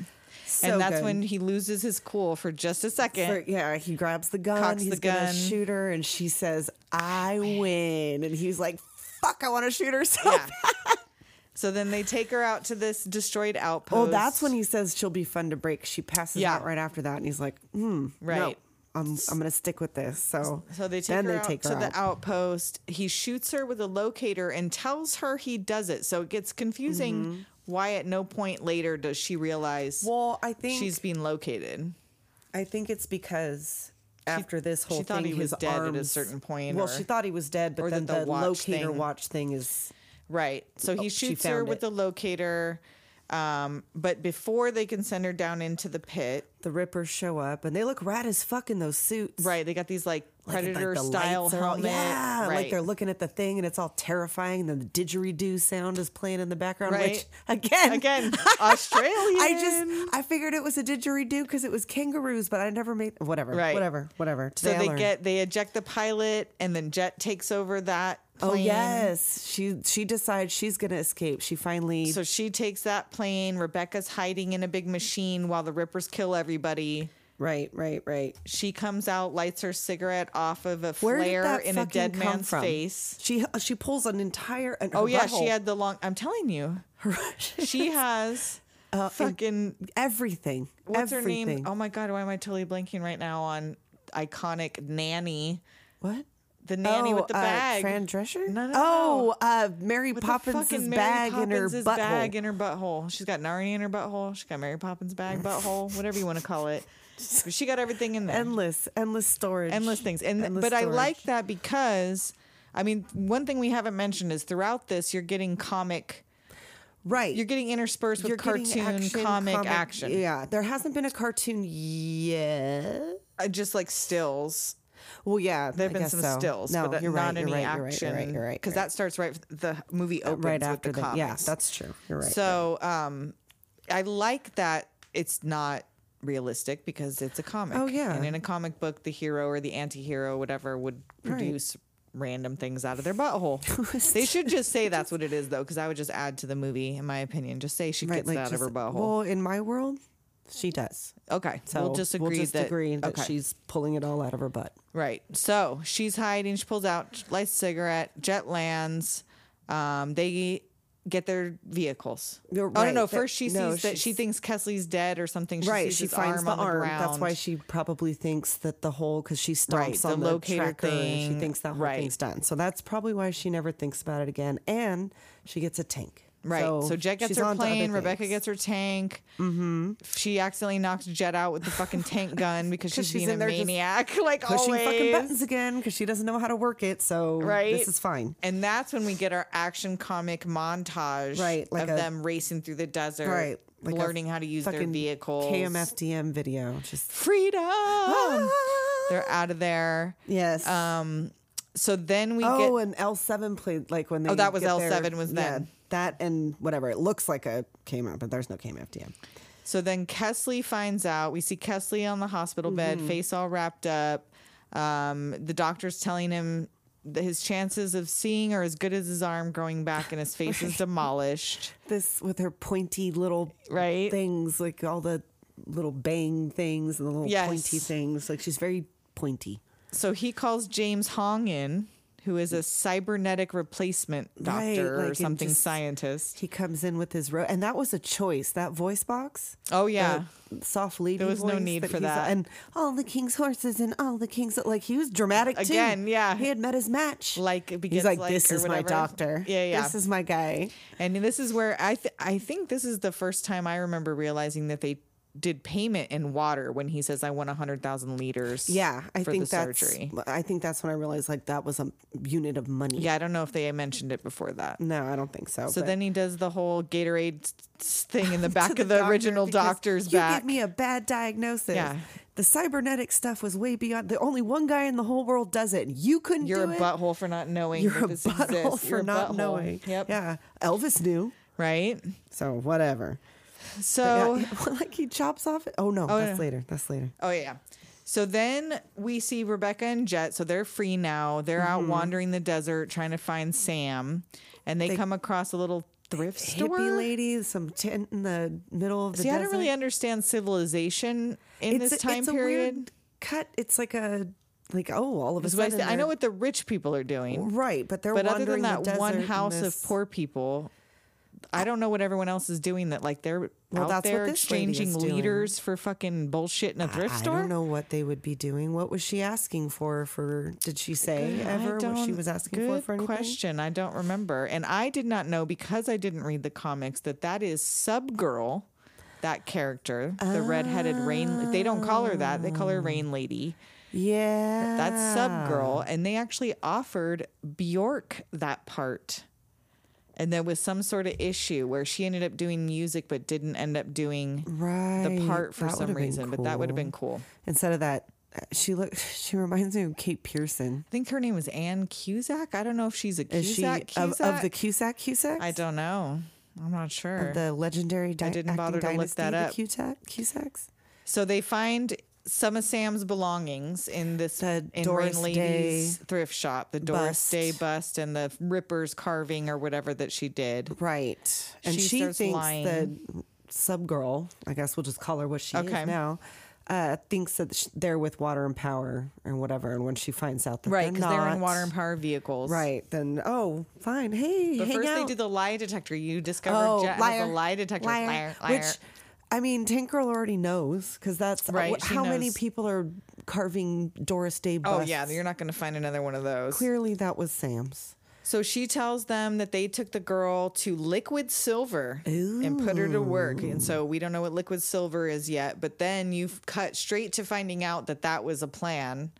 Speaker 4: so
Speaker 6: and that's
Speaker 4: good.
Speaker 6: when he loses his cool for just a second.
Speaker 4: For- yeah, he grabs the gun.
Speaker 6: Cocks the
Speaker 4: he's gonna
Speaker 6: gun.
Speaker 4: shoot her, and she says, "I win," and he's like, "Fuck, I want to shoot her." So
Speaker 6: yeah.
Speaker 4: bad."
Speaker 6: so then they take her out to this destroyed
Speaker 4: Oh,
Speaker 6: outpost.
Speaker 4: that's when he says she'll be fun to break. She passes
Speaker 6: Yeah.
Speaker 4: out right after that, and he's like, "Hmm,
Speaker 6: Right.
Speaker 4: no, I'm I'm gonna stick with this." So
Speaker 6: So they take
Speaker 4: then
Speaker 6: her
Speaker 4: they
Speaker 6: out
Speaker 4: take her
Speaker 6: to
Speaker 4: out.
Speaker 6: the outpost. He shoots her with a locator and tells her he does it. So it gets confusing why at no point later does she realize
Speaker 4: Mm-hmm. well, I think
Speaker 6: she's being located.
Speaker 4: I think it's because after this whole
Speaker 6: she thought
Speaker 4: thing,
Speaker 6: he was
Speaker 4: his
Speaker 6: dead at a
Speaker 4: arms-
Speaker 6: certain point,
Speaker 4: Well,
Speaker 6: or-
Speaker 4: she thought he was dead, but
Speaker 6: or
Speaker 4: then
Speaker 6: that the
Speaker 4: the,
Speaker 6: watch
Speaker 4: locator
Speaker 6: thing-
Speaker 4: watch thing is
Speaker 6: Right. So he
Speaker 4: Oh, she
Speaker 6: shoots her
Speaker 4: found
Speaker 6: with
Speaker 4: it.
Speaker 6: the locator. Um, but before they can send her down into the pit,
Speaker 4: the Rippers show up and they look rad as fuck in those suits,
Speaker 6: right? They got these like
Speaker 4: Like, like, the
Speaker 6: predator style
Speaker 4: lights are all-
Speaker 6: helmet.
Speaker 4: yeah,
Speaker 6: right.
Speaker 4: like they're looking at the thing and it's all terrifying. And the didgeridoo sound is playing in the background, which
Speaker 6: Right.
Speaker 4: again,
Speaker 6: again Australian.
Speaker 4: I just I figured it was a didgeridoo because it was kangaroos, but I never made whatever,
Speaker 6: Right.
Speaker 4: whatever, whatever.
Speaker 6: So
Speaker 4: Today I
Speaker 6: they
Speaker 4: learned.
Speaker 6: get they eject the pilot, and then Jet takes over that plane.
Speaker 4: Oh yes, she she decides she's gonna escape. She finally
Speaker 6: So she takes that plane. Rebecca's hiding in a big machine while the Rippers kill everybody.
Speaker 4: right, right, right.
Speaker 6: She comes out, lights her cigarette off of a
Speaker 4: Where did
Speaker 6: flare
Speaker 4: that
Speaker 6: in a
Speaker 4: fucking
Speaker 6: dead
Speaker 4: come
Speaker 6: man's
Speaker 4: from?
Speaker 6: face.
Speaker 4: She she pulls an entire an,
Speaker 6: Oh yeah, she had the long. I'm telling you, she has fucking
Speaker 4: everything.
Speaker 6: what's
Speaker 4: Uh, everything.
Speaker 6: her name? Oh my god, why am I totally blanking right now on iconic nanny?
Speaker 4: what?
Speaker 6: The nanny
Speaker 4: oh,
Speaker 6: with the bag.
Speaker 4: Uh, Fran Drescher?
Speaker 6: No, no,
Speaker 4: oh,
Speaker 6: no.
Speaker 4: uh, Mary
Speaker 6: With the
Speaker 4: Poppins'
Speaker 6: fucking
Speaker 4: bag in her
Speaker 6: Poppins's
Speaker 4: butthole.
Speaker 6: bag in her butthole. She's got Narnia in her butthole. She's got Mary Poppins' bag butthole, whatever you want to call it. But she got everything in there.
Speaker 4: endless, endless storage.
Speaker 6: endless things. And
Speaker 4: Endless
Speaker 6: but I
Speaker 4: storage.
Speaker 6: like that because I mean, one thing we haven't mentioned is throughout this you're getting comic
Speaker 4: right.
Speaker 6: you're getting interspersed with
Speaker 4: getting
Speaker 6: cartoon comic, action.
Speaker 4: Yeah, there hasn't been a cartoon yet.
Speaker 6: Uh, just like stills.
Speaker 4: Well, yeah, I
Speaker 6: There have been
Speaker 4: guess
Speaker 6: some
Speaker 4: so.
Speaker 6: stills,
Speaker 4: No,
Speaker 6: but that-
Speaker 4: you're
Speaker 6: not
Speaker 4: right,
Speaker 6: any
Speaker 4: you're right, you're right,
Speaker 6: action.
Speaker 4: You're right, you're right,
Speaker 6: Because
Speaker 4: you're
Speaker 6: that starts right. The movie opens
Speaker 4: right
Speaker 6: with
Speaker 4: after
Speaker 6: the
Speaker 4: that.
Speaker 6: comics.
Speaker 4: Yeah, that's true. You're right.
Speaker 6: So um, I like that it's not realistic because it's a comic.
Speaker 4: Oh, yeah.
Speaker 6: And in a comic book, the hero or the anti-hero, whatever, would produce random things out of their butthole. they should just say that's what it is, though, because I would just add to the movie, in my opinion, just say she gets it out of her
Speaker 4: just-
Speaker 6: butthole.
Speaker 4: Well, in my world, she does.
Speaker 6: okay,
Speaker 4: So
Speaker 6: we'll just agree that,
Speaker 4: agree that
Speaker 6: okay.
Speaker 4: she's pulling it all out of her butt.
Speaker 6: Right. So she's hiding. She pulls out, lights a cigarette. Jet lands. Um, they get their vehicles.
Speaker 4: You're
Speaker 6: Oh no, no!
Speaker 4: right. That-
Speaker 6: First she sees
Speaker 4: no,
Speaker 6: that she
Speaker 4: she's-
Speaker 6: thinks Kesley's dead or something. She
Speaker 4: right,
Speaker 6: Sees
Speaker 4: she
Speaker 6: his
Speaker 4: finds
Speaker 6: arm
Speaker 4: the
Speaker 6: on the
Speaker 4: arm. That's why
Speaker 6: ground.
Speaker 4: she probably thinks that the whole because she stomps
Speaker 6: Right, the
Speaker 4: on the,
Speaker 6: locator
Speaker 4: tracker. And
Speaker 6: thing,
Speaker 4: she thinks that whole
Speaker 6: right.
Speaker 4: thing's done. So that's probably why she never thinks about it again. And she gets a tank.
Speaker 6: Right. So, Jet gets
Speaker 4: she's
Speaker 6: her
Speaker 4: on to other
Speaker 6: plane. Rebecca
Speaker 4: things.
Speaker 6: gets her tank. Mm-hmm. She accidentally knocks Jet out with the fucking tank gun because she's,
Speaker 4: she's
Speaker 6: being
Speaker 4: in
Speaker 6: a
Speaker 4: there just
Speaker 6: maniac, like
Speaker 4: pushing
Speaker 6: always.
Speaker 4: fucking buttons again because she doesn't know how to work it. So
Speaker 6: Right.
Speaker 4: this is fine.
Speaker 6: And that's when we get our action comic montage
Speaker 4: Right, like
Speaker 6: of
Speaker 4: a-
Speaker 6: them racing through the desert,
Speaker 4: Right. like a
Speaker 6: learning how to use their
Speaker 4: fucking
Speaker 6: vehicles.
Speaker 4: KMFDM video. Just
Speaker 6: freedom.
Speaker 4: Ah.
Speaker 6: They're out of there.
Speaker 4: yes.
Speaker 6: Um, so then we
Speaker 4: Oh,
Speaker 6: get
Speaker 4: and L seven played like when they.
Speaker 6: Oh, that was
Speaker 4: get their-
Speaker 6: L7 was then.
Speaker 4: that and whatever it looks like a KMF, but there's no KMFDM.
Speaker 6: so then Kesley finds out. We see Kesley on the hospital bed,
Speaker 4: Mm-hmm.
Speaker 6: face all wrapped up. Um, the doctor's telling him that his chances of seeing are as good as his arm growing back, and his face is demolished.
Speaker 4: This with her pointy little
Speaker 6: Right.
Speaker 4: things, like all the little bang things and the little
Speaker 6: Yes.
Speaker 4: pointy things. Like she's very pointy.
Speaker 6: So he calls James Hong in, who is a cybernetic replacement doctor
Speaker 4: Right, like,
Speaker 6: or
Speaker 4: and
Speaker 6: something
Speaker 4: just-
Speaker 6: scientist.
Speaker 4: He comes in with his robe, and that was a choice. That voice box.
Speaker 6: Oh yeah.
Speaker 4: the soft lady.
Speaker 6: There was no
Speaker 4: voice
Speaker 6: need for
Speaker 4: he's-
Speaker 6: that.
Speaker 4: And all the king's horses and all the king's like he was dramatic too.
Speaker 6: Again, yeah.
Speaker 4: He had met his match.
Speaker 6: Like, begins
Speaker 4: he's like,
Speaker 6: like,
Speaker 4: this
Speaker 6: or
Speaker 4: is my
Speaker 6: whatever."
Speaker 4: doctor.
Speaker 6: Yeah, yeah.
Speaker 4: This is my guy.
Speaker 6: And this is where I th- I think this is the first time I remember realizing that they did payment in water when he says I want 100,000 liters.
Speaker 4: Yeah, I
Speaker 6: for
Speaker 4: think
Speaker 6: the
Speaker 4: that's.
Speaker 6: surgery.
Speaker 4: I think that's when I realized like that was a unit of money.
Speaker 6: Yeah, I don't know if they mentioned it before that.
Speaker 4: No, I don't think so.
Speaker 6: So
Speaker 4: but-
Speaker 6: then he does the whole Gatorade s- s- thing in the
Speaker 4: to
Speaker 6: back of the
Speaker 4: doctor
Speaker 6: original
Speaker 4: because
Speaker 6: doctor's
Speaker 4: you
Speaker 6: back.
Speaker 4: give me a bad diagnosis.
Speaker 6: Yeah.
Speaker 4: The cybernetic stuff was way beyond. The only one guy in the whole world does it. and You couldn't
Speaker 6: You're
Speaker 4: do
Speaker 6: a
Speaker 4: it.
Speaker 6: butthole for not knowing
Speaker 4: You're
Speaker 6: that
Speaker 4: a
Speaker 6: this
Speaker 4: butthole
Speaker 6: exists.
Speaker 4: for
Speaker 6: You're a
Speaker 4: not
Speaker 6: butthole.
Speaker 4: knowing.
Speaker 6: Yep.
Speaker 4: Yeah. Elvis knew.
Speaker 6: Right.
Speaker 4: So whatever.
Speaker 6: So
Speaker 4: Yeah, like he chops off. Oh no, that's
Speaker 6: no.
Speaker 4: later. That's later.
Speaker 6: Oh yeah. So then we see Rebecca and Jet. So they're free now. They're out
Speaker 4: Mm-hmm.
Speaker 6: wandering the desert trying to find Sam, and they, come across a little thrift store.
Speaker 4: Hippie lady, some tent in the middle of the
Speaker 6: See, I
Speaker 4: desert.
Speaker 6: don't really understand civilization in this time
Speaker 4: it's A
Speaker 6: period.
Speaker 4: weird cut. It's like a like oh, all of a
Speaker 6: That's what I,
Speaker 4: sudden.
Speaker 6: say. I know
Speaker 4: they're-
Speaker 6: what the rich people are doing,
Speaker 4: right, but they're
Speaker 6: but other than
Speaker 4: wandering
Speaker 6: that
Speaker 4: the desert
Speaker 6: one
Speaker 4: in
Speaker 6: house
Speaker 4: this-
Speaker 6: of poor people, I don't know what everyone else is doing. That like they're
Speaker 4: Well,
Speaker 6: out
Speaker 4: that's what
Speaker 6: there
Speaker 4: this lady is
Speaker 6: exchanging
Speaker 4: doing.
Speaker 6: liters for fucking bullshit in a thrift
Speaker 4: I
Speaker 6: store.
Speaker 4: don't know what they would be doing. What was she asking for? For did she say
Speaker 6: I
Speaker 4: ever what she
Speaker 6: don't-
Speaker 4: was asking for?
Speaker 6: good
Speaker 4: For anything?
Speaker 6: question. I don't remember, and I did not know because I didn't read the comics that that is Sub Girl, that character, the redheaded rain. They don't call her that; they call her Rain Lady.
Speaker 4: Yeah,
Speaker 6: That's Sub Girl, and they actually offered Bjork that part. And there was some sort of issue where she ended up doing music but didn't end up doing the
Speaker 4: Right.
Speaker 6: part for
Speaker 4: That
Speaker 6: some
Speaker 4: would've been
Speaker 6: reason. But that would have been cool.
Speaker 4: Instead of that, she look. She reminds me of Kate Pearson.
Speaker 6: I think her name was Anne Cusack. I don't know if she's a Cusack.
Speaker 4: Is she of, of the Cusack Cusack?
Speaker 6: I don't know. I'm not sure.
Speaker 4: the legendary di-
Speaker 6: didn't
Speaker 4: acting
Speaker 6: bother to look
Speaker 4: dynasty,
Speaker 6: that
Speaker 4: the
Speaker 6: up.
Speaker 4: Cusack, Cusacks.
Speaker 6: so they find some of Sam's belongings in this
Speaker 4: The
Speaker 6: in
Speaker 4: Doris
Speaker 6: Rain
Speaker 4: Day
Speaker 6: Lady's thrift shop, the Doris
Speaker 4: bust.
Speaker 6: Day bust and the Ripper's carving or whatever that she did.
Speaker 4: Right. And
Speaker 6: She
Speaker 4: she,
Speaker 6: starts
Speaker 4: thinks that sub girl, I guess we'll just call her what she
Speaker 6: Okay.
Speaker 4: is now, uh, thinks that sh- they're with Water and Power and whatever. And when she finds out that
Speaker 6: Right,
Speaker 4: they're
Speaker 6: because they're
Speaker 4: not-
Speaker 6: in water and power vehicles.
Speaker 4: right, then oh, fine, hey,
Speaker 6: But
Speaker 4: hang
Speaker 6: first they
Speaker 4: out.
Speaker 6: do the lie detector. You discover
Speaker 4: oh,
Speaker 6: Jet
Speaker 4: liar,
Speaker 6: has a lie detector.
Speaker 4: liar,
Speaker 6: liar,
Speaker 4: which.
Speaker 6: liar.
Speaker 4: I mean, Tank Girl already knows because that's uh,
Speaker 6: Right, she
Speaker 4: how many
Speaker 6: knows.
Speaker 4: people are carving Doris Day
Speaker 6: Oh
Speaker 4: busts.
Speaker 6: yeah, you're not going to find another one of those.
Speaker 4: Clearly, that was Sam's.
Speaker 6: So she tells them that they took the girl to liquid silver and put her to work. And so we don't know what liquid silver is yet, but then you've cut straight to finding out that that was a plan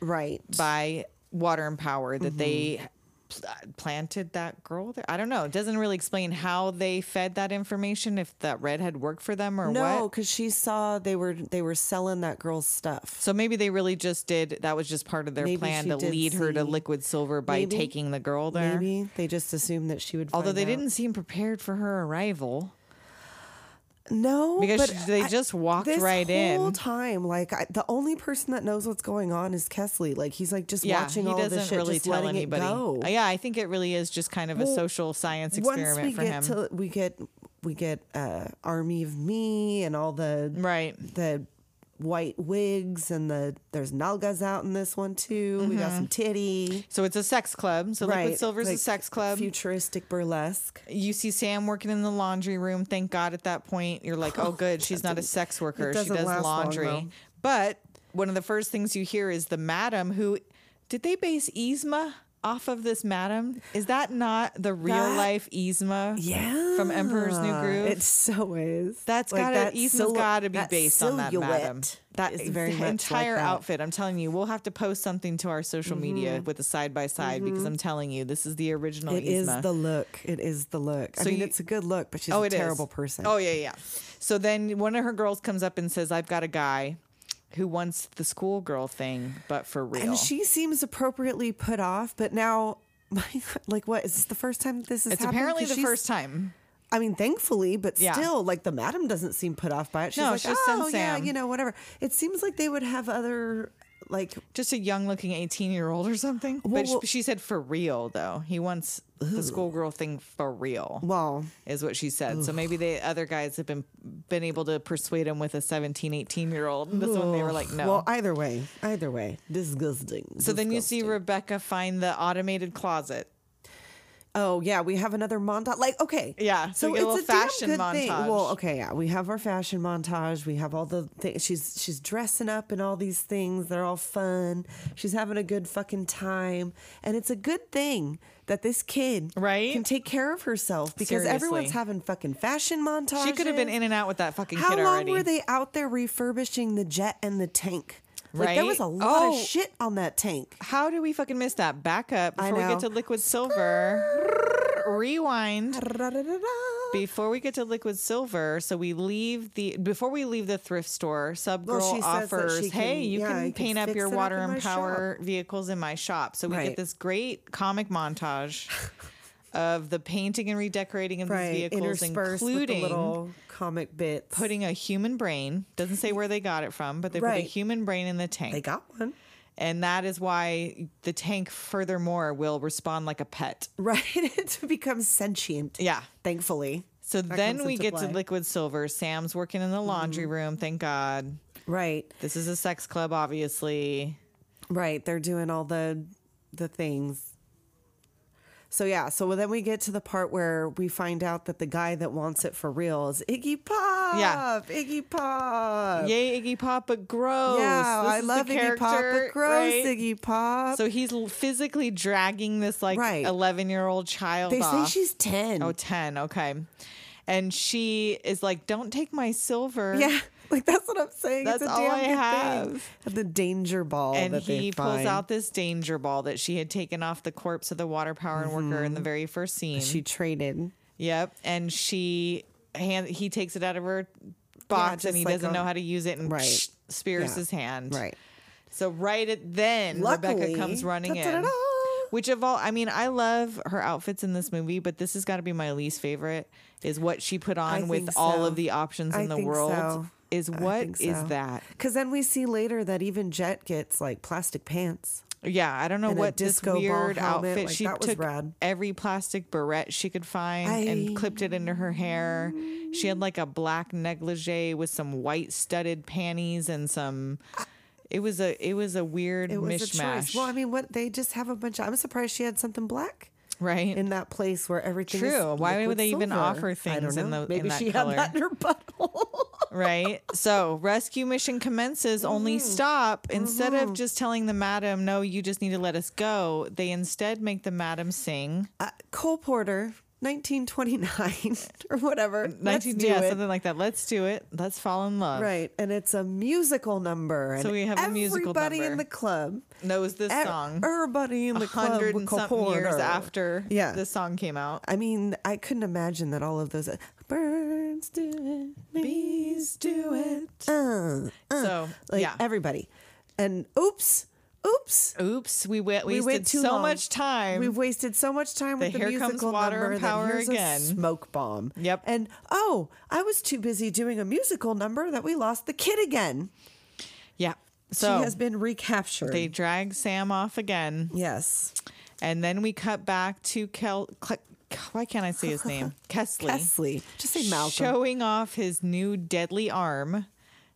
Speaker 4: Right.
Speaker 6: by Water and Power
Speaker 4: Mm-hmm.
Speaker 6: that they pl- planted that girl there. I don't know. It doesn't really explain how they fed that information if that redhead worked for them or
Speaker 4: no,
Speaker 6: what.
Speaker 4: because she saw they were they were selling that girl's stuff.
Speaker 6: So maybe they really just did that was just part of their
Speaker 4: Maybe
Speaker 6: plan
Speaker 4: she
Speaker 6: to
Speaker 4: did
Speaker 6: lead her to
Speaker 4: see-
Speaker 6: liquid silver by
Speaker 4: Maybe.
Speaker 6: taking the girl there.
Speaker 4: Maybe they just assumed that she would.
Speaker 6: Although
Speaker 4: find
Speaker 6: they
Speaker 4: out.
Speaker 6: didn't seem prepared for her arrival.
Speaker 4: no,
Speaker 6: Because
Speaker 4: but
Speaker 6: she- they
Speaker 4: I-
Speaker 6: just walked
Speaker 4: this
Speaker 6: right
Speaker 4: whole
Speaker 6: in.
Speaker 4: time. Like I, the only person that knows what's going on is Kesley. Like he's like just watching all this shit, just letting it go.
Speaker 6: Uh, Yeah, I think it really is just kind of a
Speaker 4: Well,
Speaker 6: social science
Speaker 4: Once we
Speaker 6: experiment for him.
Speaker 4: get to we get we get uh, Army of Me and all the
Speaker 6: right.
Speaker 4: the white wigs and the there's nalgas out in this one too. We got some titty.
Speaker 6: So it's a sex club. So Liquid Mm-hmm. Silver's a
Speaker 4: like
Speaker 6: sex club.
Speaker 4: Futuristic burlesque.
Speaker 6: you see Sam working in the laundry room. Thank God at that point, you're like, oh, good. She's not a sex worker. She
Speaker 4: doesn't
Speaker 6: does
Speaker 4: last long,
Speaker 6: laundry.
Speaker 4: though.
Speaker 6: but one of the first things you hear is the madam who, did they base Yzma off of this madam? Is that not the real
Speaker 4: That-
Speaker 6: life Yzma?
Speaker 4: Yeah.
Speaker 6: From Emperor's New Groove?
Speaker 4: It so is.
Speaker 6: That's
Speaker 4: Like,
Speaker 6: gotta
Speaker 4: that
Speaker 6: Easton's
Speaker 4: silhou-
Speaker 6: gotta be
Speaker 4: that
Speaker 6: based on that madam.
Speaker 4: silhouette
Speaker 6: That
Speaker 4: is very much like
Speaker 6: entire
Speaker 4: that.
Speaker 6: outfit. I'm telling you, we'll have to post something to our social media with a side by side because I'm telling you, this is the original.
Speaker 4: Mm-hmm. It is
Speaker 6: Yzma.
Speaker 4: the look. It is the look.
Speaker 6: So
Speaker 4: I mean,
Speaker 6: you-
Speaker 4: it's a good look, but she's
Speaker 6: oh,
Speaker 4: a
Speaker 6: it is.
Speaker 4: terrible person.
Speaker 6: Oh yeah, yeah. So then one of her girls comes up and says, "I've got a guy who wants the schoolgirl thing, but for real."
Speaker 4: and she seems appropriately put off, but now. like what is this the first time this has
Speaker 6: it's
Speaker 4: happened?
Speaker 6: apparently
Speaker 4: 'Cause
Speaker 6: the
Speaker 4: she's-
Speaker 6: first time.
Speaker 4: I mean, thankfully, but
Speaker 6: Yeah.
Speaker 4: still, like the madam doesn't seem put off by it. She's
Speaker 6: No,
Speaker 4: like,
Speaker 6: she just sends
Speaker 4: oh yeah,
Speaker 6: Sam."
Speaker 4: you know, whatever. It seems like they would have other like
Speaker 6: Just a young looking 18 year old or something. but sh-
Speaker 4: well-
Speaker 6: she said for real, though. He wants the schoolgirl thing for real.
Speaker 4: well,
Speaker 6: is what she said. So maybe the other guys have been been able to persuade him with a 17, 18 year old. And this one they were like, no.
Speaker 4: Well, either way, either way, disgusting.
Speaker 6: so then you see Rebecca find the automated closet.
Speaker 4: Oh yeah, we have another montage. Like okay,
Speaker 6: Yeah, so
Speaker 4: So,
Speaker 6: we get a
Speaker 4: it's
Speaker 6: little
Speaker 4: a damn
Speaker 6: fashion
Speaker 4: good thing.
Speaker 6: montage.
Speaker 4: Well, okay, yeah, we have our fashion montage. We have all the things. She's she's dressing up and all these things. They're all fun. She's having a good fucking time, and it's a good thing that this kid
Speaker 6: Right?
Speaker 4: can take care of herself because
Speaker 6: Seriously.
Speaker 4: everyone's having fucking fashion montages.
Speaker 6: She could have been in and out with that fucking
Speaker 4: How
Speaker 6: kid
Speaker 4: long
Speaker 6: already.
Speaker 4: were they out there refurbishing the jet and the tank? Like
Speaker 6: Right?
Speaker 4: there was a lot
Speaker 6: Oh.
Speaker 4: of shit on that tank.
Speaker 6: How do we fucking miss that? Back up
Speaker 4: I
Speaker 6: before we get
Speaker 4: know.
Speaker 6: to liquid silver. Rewind.
Speaker 4: Da-da-da-da.
Speaker 6: Before we get to liquid silver, so we leave the before we leave the thrift store, Sub Girl
Speaker 4: Well, she says that
Speaker 6: offers,
Speaker 4: she
Speaker 6: "Hey,
Speaker 4: can-
Speaker 6: you
Speaker 4: yeah,
Speaker 6: can
Speaker 4: you can
Speaker 6: paint up
Speaker 4: fix
Speaker 6: your
Speaker 4: it up
Speaker 6: water
Speaker 4: in my
Speaker 6: and power vehicles in my shop." So we get
Speaker 4: Right.
Speaker 6: this great comic montage of the painting and redecorating of these vehicles,
Speaker 4: interspersed with the
Speaker 6: including
Speaker 4: little comic bits.
Speaker 6: putting a human brain. Doesn't say where they got it from, but they put a
Speaker 4: Right.
Speaker 6: human brain in the tank,
Speaker 4: they got one.
Speaker 6: and that is why the tank, furthermore, will respond like a pet.
Speaker 4: Right, it becomes sentient.
Speaker 6: Yeah.
Speaker 4: thankfully.
Speaker 6: So
Speaker 4: That
Speaker 6: then
Speaker 4: comes
Speaker 6: we
Speaker 4: into
Speaker 6: get to
Speaker 4: play. Mm-hmm.
Speaker 6: liquid silver. Sam's working in the laundry room. Thank God.
Speaker 4: Right,
Speaker 6: This is a sex club, obviously.
Speaker 4: right. They're doing all the the things. So yeah, so then we get to the part where we find out that the guy that wants it for real is Iggy Pop.
Speaker 6: Yeah.
Speaker 4: Iggy Pop.
Speaker 6: Yay, Iggy Pop, but gross.
Speaker 4: Yeah,
Speaker 6: This
Speaker 4: I
Speaker 6: is the
Speaker 4: love Iggy Pop,
Speaker 6: character,
Speaker 4: but gross
Speaker 6: right?
Speaker 4: Iggy Pop.
Speaker 6: So he's l- physically dragging this like
Speaker 4: Right.
Speaker 6: 11 year old child
Speaker 4: they say
Speaker 6: off.
Speaker 4: she's ten.
Speaker 6: oh, 10. Okay. And she is like, don't take my silver.
Speaker 4: yeah, like that's what I'm saying.
Speaker 6: That's
Speaker 4: it's a
Speaker 6: all
Speaker 4: damn
Speaker 6: I
Speaker 4: good
Speaker 6: have.
Speaker 4: Thing. And the danger ball
Speaker 6: And
Speaker 4: that they
Speaker 6: he pulls
Speaker 4: find.
Speaker 6: out this danger ball that she had taken off the corpse of the water power and worker
Speaker 4: Mm-hmm.
Speaker 6: in the very first scene.
Speaker 4: She traded.
Speaker 6: Yep, and she hand he takes it out of her box
Speaker 4: just
Speaker 6: and he
Speaker 4: like
Speaker 6: doesn't
Speaker 4: a-
Speaker 6: know how to use it and
Speaker 4: Right.
Speaker 6: spears
Speaker 4: Yeah.
Speaker 6: his hand.
Speaker 4: Right.
Speaker 6: So right at then Rebecca
Speaker 4: Luckily-
Speaker 6: comes running in.
Speaker 4: Ta-ta-da-da!
Speaker 6: Which of all I mean, I love her outfits in this movie, but this has got to be my least favorite is what she put on
Speaker 4: I
Speaker 6: with
Speaker 4: think
Speaker 6: all
Speaker 4: so.
Speaker 6: of the options in
Speaker 4: I
Speaker 6: the
Speaker 4: think
Speaker 6: world.
Speaker 4: so.
Speaker 6: is what is
Speaker 4: think so.
Speaker 6: that?
Speaker 4: Because then we see later that even Jet gets like plastic pants.
Speaker 6: Yeah, I don't know
Speaker 4: And a
Speaker 6: what
Speaker 4: disco
Speaker 6: this
Speaker 4: ball
Speaker 6: weird
Speaker 4: helmet,
Speaker 6: outfit
Speaker 4: like,
Speaker 6: she
Speaker 4: that was
Speaker 6: took
Speaker 4: rad.
Speaker 6: every plastic barrette she could find
Speaker 4: I-
Speaker 6: and clipped it into her hair. She had like a black negligee with some white studded panties and some. It was a it was a weird
Speaker 4: It was a
Speaker 6: mishmash,
Speaker 4: choice. Well, I mean, what they just have a bunch of. I'm surprised she had something black
Speaker 6: right?
Speaker 4: in that place where everything. is
Speaker 6: True. Why would
Speaker 4: liquid
Speaker 6: they even
Speaker 4: silver.
Speaker 6: offer
Speaker 4: I don't
Speaker 6: things
Speaker 4: know.
Speaker 6: in tho-
Speaker 4: Maybe
Speaker 6: in that
Speaker 4: she
Speaker 6: color?
Speaker 4: had that in her butthole.
Speaker 6: right? So rescue mission commences. Only
Speaker 4: Mm-hmm.
Speaker 6: stop instead of just telling the madam, "No, you just need to let us go." They instead make the madam sing.
Speaker 4: uh, Cole Porter, 1929 or whatever. Let's
Speaker 6: 19,
Speaker 4: do
Speaker 6: yeah,
Speaker 4: it.
Speaker 6: something like that. Let's do it. Let's fall in love.
Speaker 4: Right, and it's a musical number. And
Speaker 6: So we have a musical
Speaker 4: everybody
Speaker 6: number.
Speaker 4: in the club.
Speaker 6: Knows this
Speaker 4: e-
Speaker 6: song.
Speaker 4: Everybody in
Speaker 6: A
Speaker 4: the club.
Speaker 6: hundred
Speaker 4: with
Speaker 6: and
Speaker 4: Cole
Speaker 6: something years
Speaker 4: Porter.
Speaker 6: after
Speaker 4: Yeah.
Speaker 6: this song came out.
Speaker 4: I mean, I couldn't imagine that all of those birds do it, bees do it. Uh, uh,
Speaker 6: So,
Speaker 4: like
Speaker 6: yeah.
Speaker 4: everybody, and oops, oops,
Speaker 6: Oops, we went. We
Speaker 4: we went
Speaker 6: wasted
Speaker 4: too
Speaker 6: so
Speaker 4: long.
Speaker 6: much time.
Speaker 4: We've wasted so much time with
Speaker 6: The
Speaker 4: the
Speaker 6: Here Comes
Speaker 4: musical
Speaker 6: Water
Speaker 4: number.
Speaker 6: and
Speaker 4: that
Speaker 6: Power
Speaker 4: here's a
Speaker 6: again.
Speaker 4: smoke bomb.
Speaker 6: Yep.
Speaker 4: And oh, I was too busy doing a musical number that we lost the kid again.
Speaker 6: yeah. So
Speaker 4: she has been recaptured.
Speaker 6: they drag Sam off again,
Speaker 4: yes,
Speaker 6: and then we cut back to Kel. Cle- why can't I say his name? Kesley.
Speaker 4: Kesley. Just say Malcolm.
Speaker 6: Showing off his new deadly arm.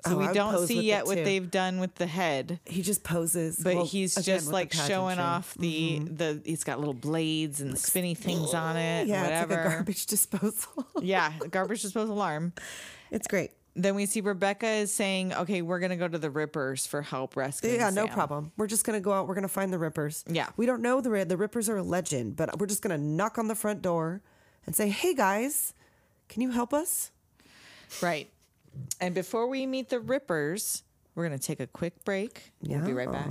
Speaker 6: So
Speaker 4: Oh, I
Speaker 6: we
Speaker 4: would
Speaker 6: don't
Speaker 4: pose
Speaker 6: see
Speaker 4: with
Speaker 6: yet
Speaker 4: it
Speaker 6: what
Speaker 4: too.
Speaker 6: they've done with the head.
Speaker 4: he just poses,
Speaker 6: but
Speaker 4: Well,
Speaker 6: he's
Speaker 4: again,
Speaker 6: just
Speaker 4: with the Mm-hmm.
Speaker 6: like showing
Speaker 4: pageantry.
Speaker 6: off the the he's got little blades and spinny things on it
Speaker 4: Yeah,
Speaker 6: whatever
Speaker 4: it's like a garbage disposal.
Speaker 6: yeah garbage disposal alarm
Speaker 4: it's great.
Speaker 6: then we see rebecca is saying okay we're gonna go to the rippers for help rescuing
Speaker 4: Yeah, no
Speaker 6: Sam."
Speaker 4: problem. We're just gonna go out. We're gonna find the Rippers.
Speaker 6: Yeah.
Speaker 4: we don't know the Ri- the Rippers are a legend, but we're just gonna knock on the front door and say, "Hey guys, can you help us?"
Speaker 6: right and before we meet the rippers we're gonna take a quick break we'll be right back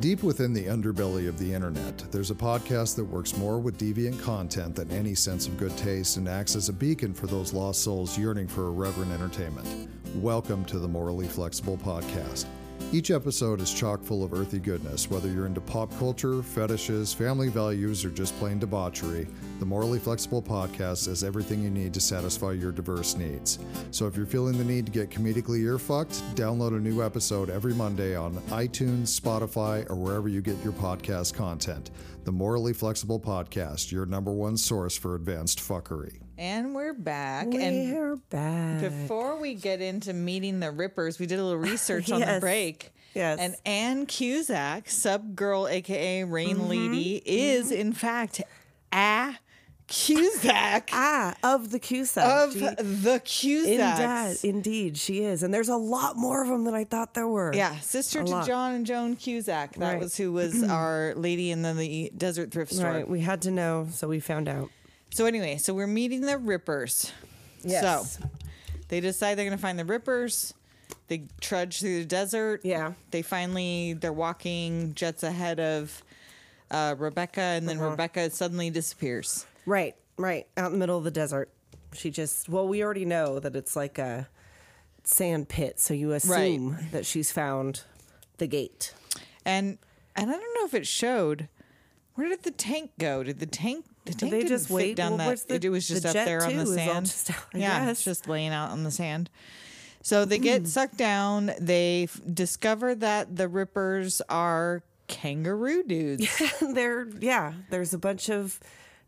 Speaker 7: Deep within the underbelly of the internet, there's a podcast that works more with deviant content than any sense of good taste and acts as a beacon for those lost souls yearning for irreverent entertainment. Welcome to the Morally Flexible Podcast. Each episode is chock full of earthy goodness, whether you're into pop culture, fetishes, family values, or just plain debauchery. The Morally Flexible Podcast is everything you need to satisfy your diverse needs. So if you're feeling the need to get comedically earfucked, download a new episode every Monday on iTunes, Spotify, or wherever you get your podcast content. The Morally Flexible Podcast, your number one source for advanced fuckery.
Speaker 6: and we're back and
Speaker 4: We're back.
Speaker 6: before we get into meeting the Rippers, we did a little research on the
Speaker 4: Yes.
Speaker 6: break.
Speaker 4: Yes.
Speaker 6: And Anne Cusack, sub girl, aka Rain
Speaker 4: Mm-hmm.
Speaker 6: Lady, is in fact a Cusack
Speaker 4: ah, of the Cusack.
Speaker 6: of
Speaker 4: She-
Speaker 6: the
Speaker 4: Indeed,
Speaker 6: Cusacks.
Speaker 4: indeed, she is, and there's a lot more of them than I thought there were.
Speaker 6: Yeah, sister
Speaker 4: A
Speaker 6: to
Speaker 4: lot.
Speaker 6: John and Joan Cusack. That
Speaker 4: Right.
Speaker 6: was who was our lady in the, the desert thrift store.
Speaker 4: Right, we had to know, so we found out.
Speaker 6: So anyway, so we're meeting the Rippers.
Speaker 4: Yes.
Speaker 6: So they decide they're gonna find the Rippers. They trudge through the desert.
Speaker 4: Yeah.
Speaker 6: They finally they're walking. Jet's ahead of uh, Rebecca, and
Speaker 4: Uh-huh.
Speaker 6: then Rebecca suddenly disappears.
Speaker 4: Right, right, out in the middle of the desert. She just well, we already know that it's like a sand pit, so you assume that she's found the gate.
Speaker 6: And and I don't know if it showed. Where did the tank go? Did the tank? The tank
Speaker 4: they
Speaker 6: didn't
Speaker 4: just
Speaker 6: fit
Speaker 4: wait?
Speaker 6: down
Speaker 4: Well,
Speaker 6: that.
Speaker 4: where's the-
Speaker 6: it was
Speaker 4: the
Speaker 6: just up
Speaker 4: jet
Speaker 6: there on
Speaker 4: too
Speaker 6: the
Speaker 4: is all
Speaker 6: sand.
Speaker 4: just out- I
Speaker 6: yeah, it's
Speaker 4: guess. Hmm.
Speaker 6: just laying out on the sand. So they get sucked down. They f- discover that the rippers are kangaroo dudes.
Speaker 4: there, yeah, there's a bunch of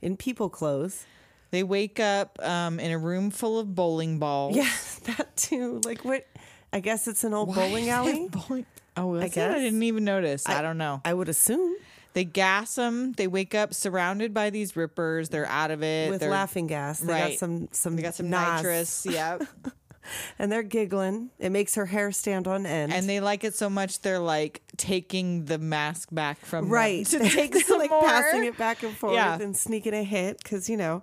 Speaker 4: in people clothes.
Speaker 6: they wake up um, in a room full of bowling balls.
Speaker 4: Yeah, that too. Like what? I guess it's an old bowling
Speaker 6: They have
Speaker 4: alley.
Speaker 6: bowling- Oh, I, guess. I
Speaker 4: guess.
Speaker 6: didn't even notice. I, don't know.
Speaker 4: I would assume
Speaker 6: They gas them. They wake up surrounded by these rippers. They're out of it.
Speaker 4: with
Speaker 6: They're-
Speaker 4: laughing gas. They
Speaker 6: right.
Speaker 4: got some some
Speaker 6: They got some
Speaker 4: Nas,
Speaker 6: nitrous. Yep.
Speaker 4: and they're giggling. It makes her hair stand on end.
Speaker 6: and they like it so much they're like taking the mask back from them
Speaker 4: right
Speaker 6: to take
Speaker 4: They're,
Speaker 6: some
Speaker 4: like
Speaker 6: more.
Speaker 4: passing it back and forth
Speaker 6: Yeah.
Speaker 4: and sneaking a hit because you know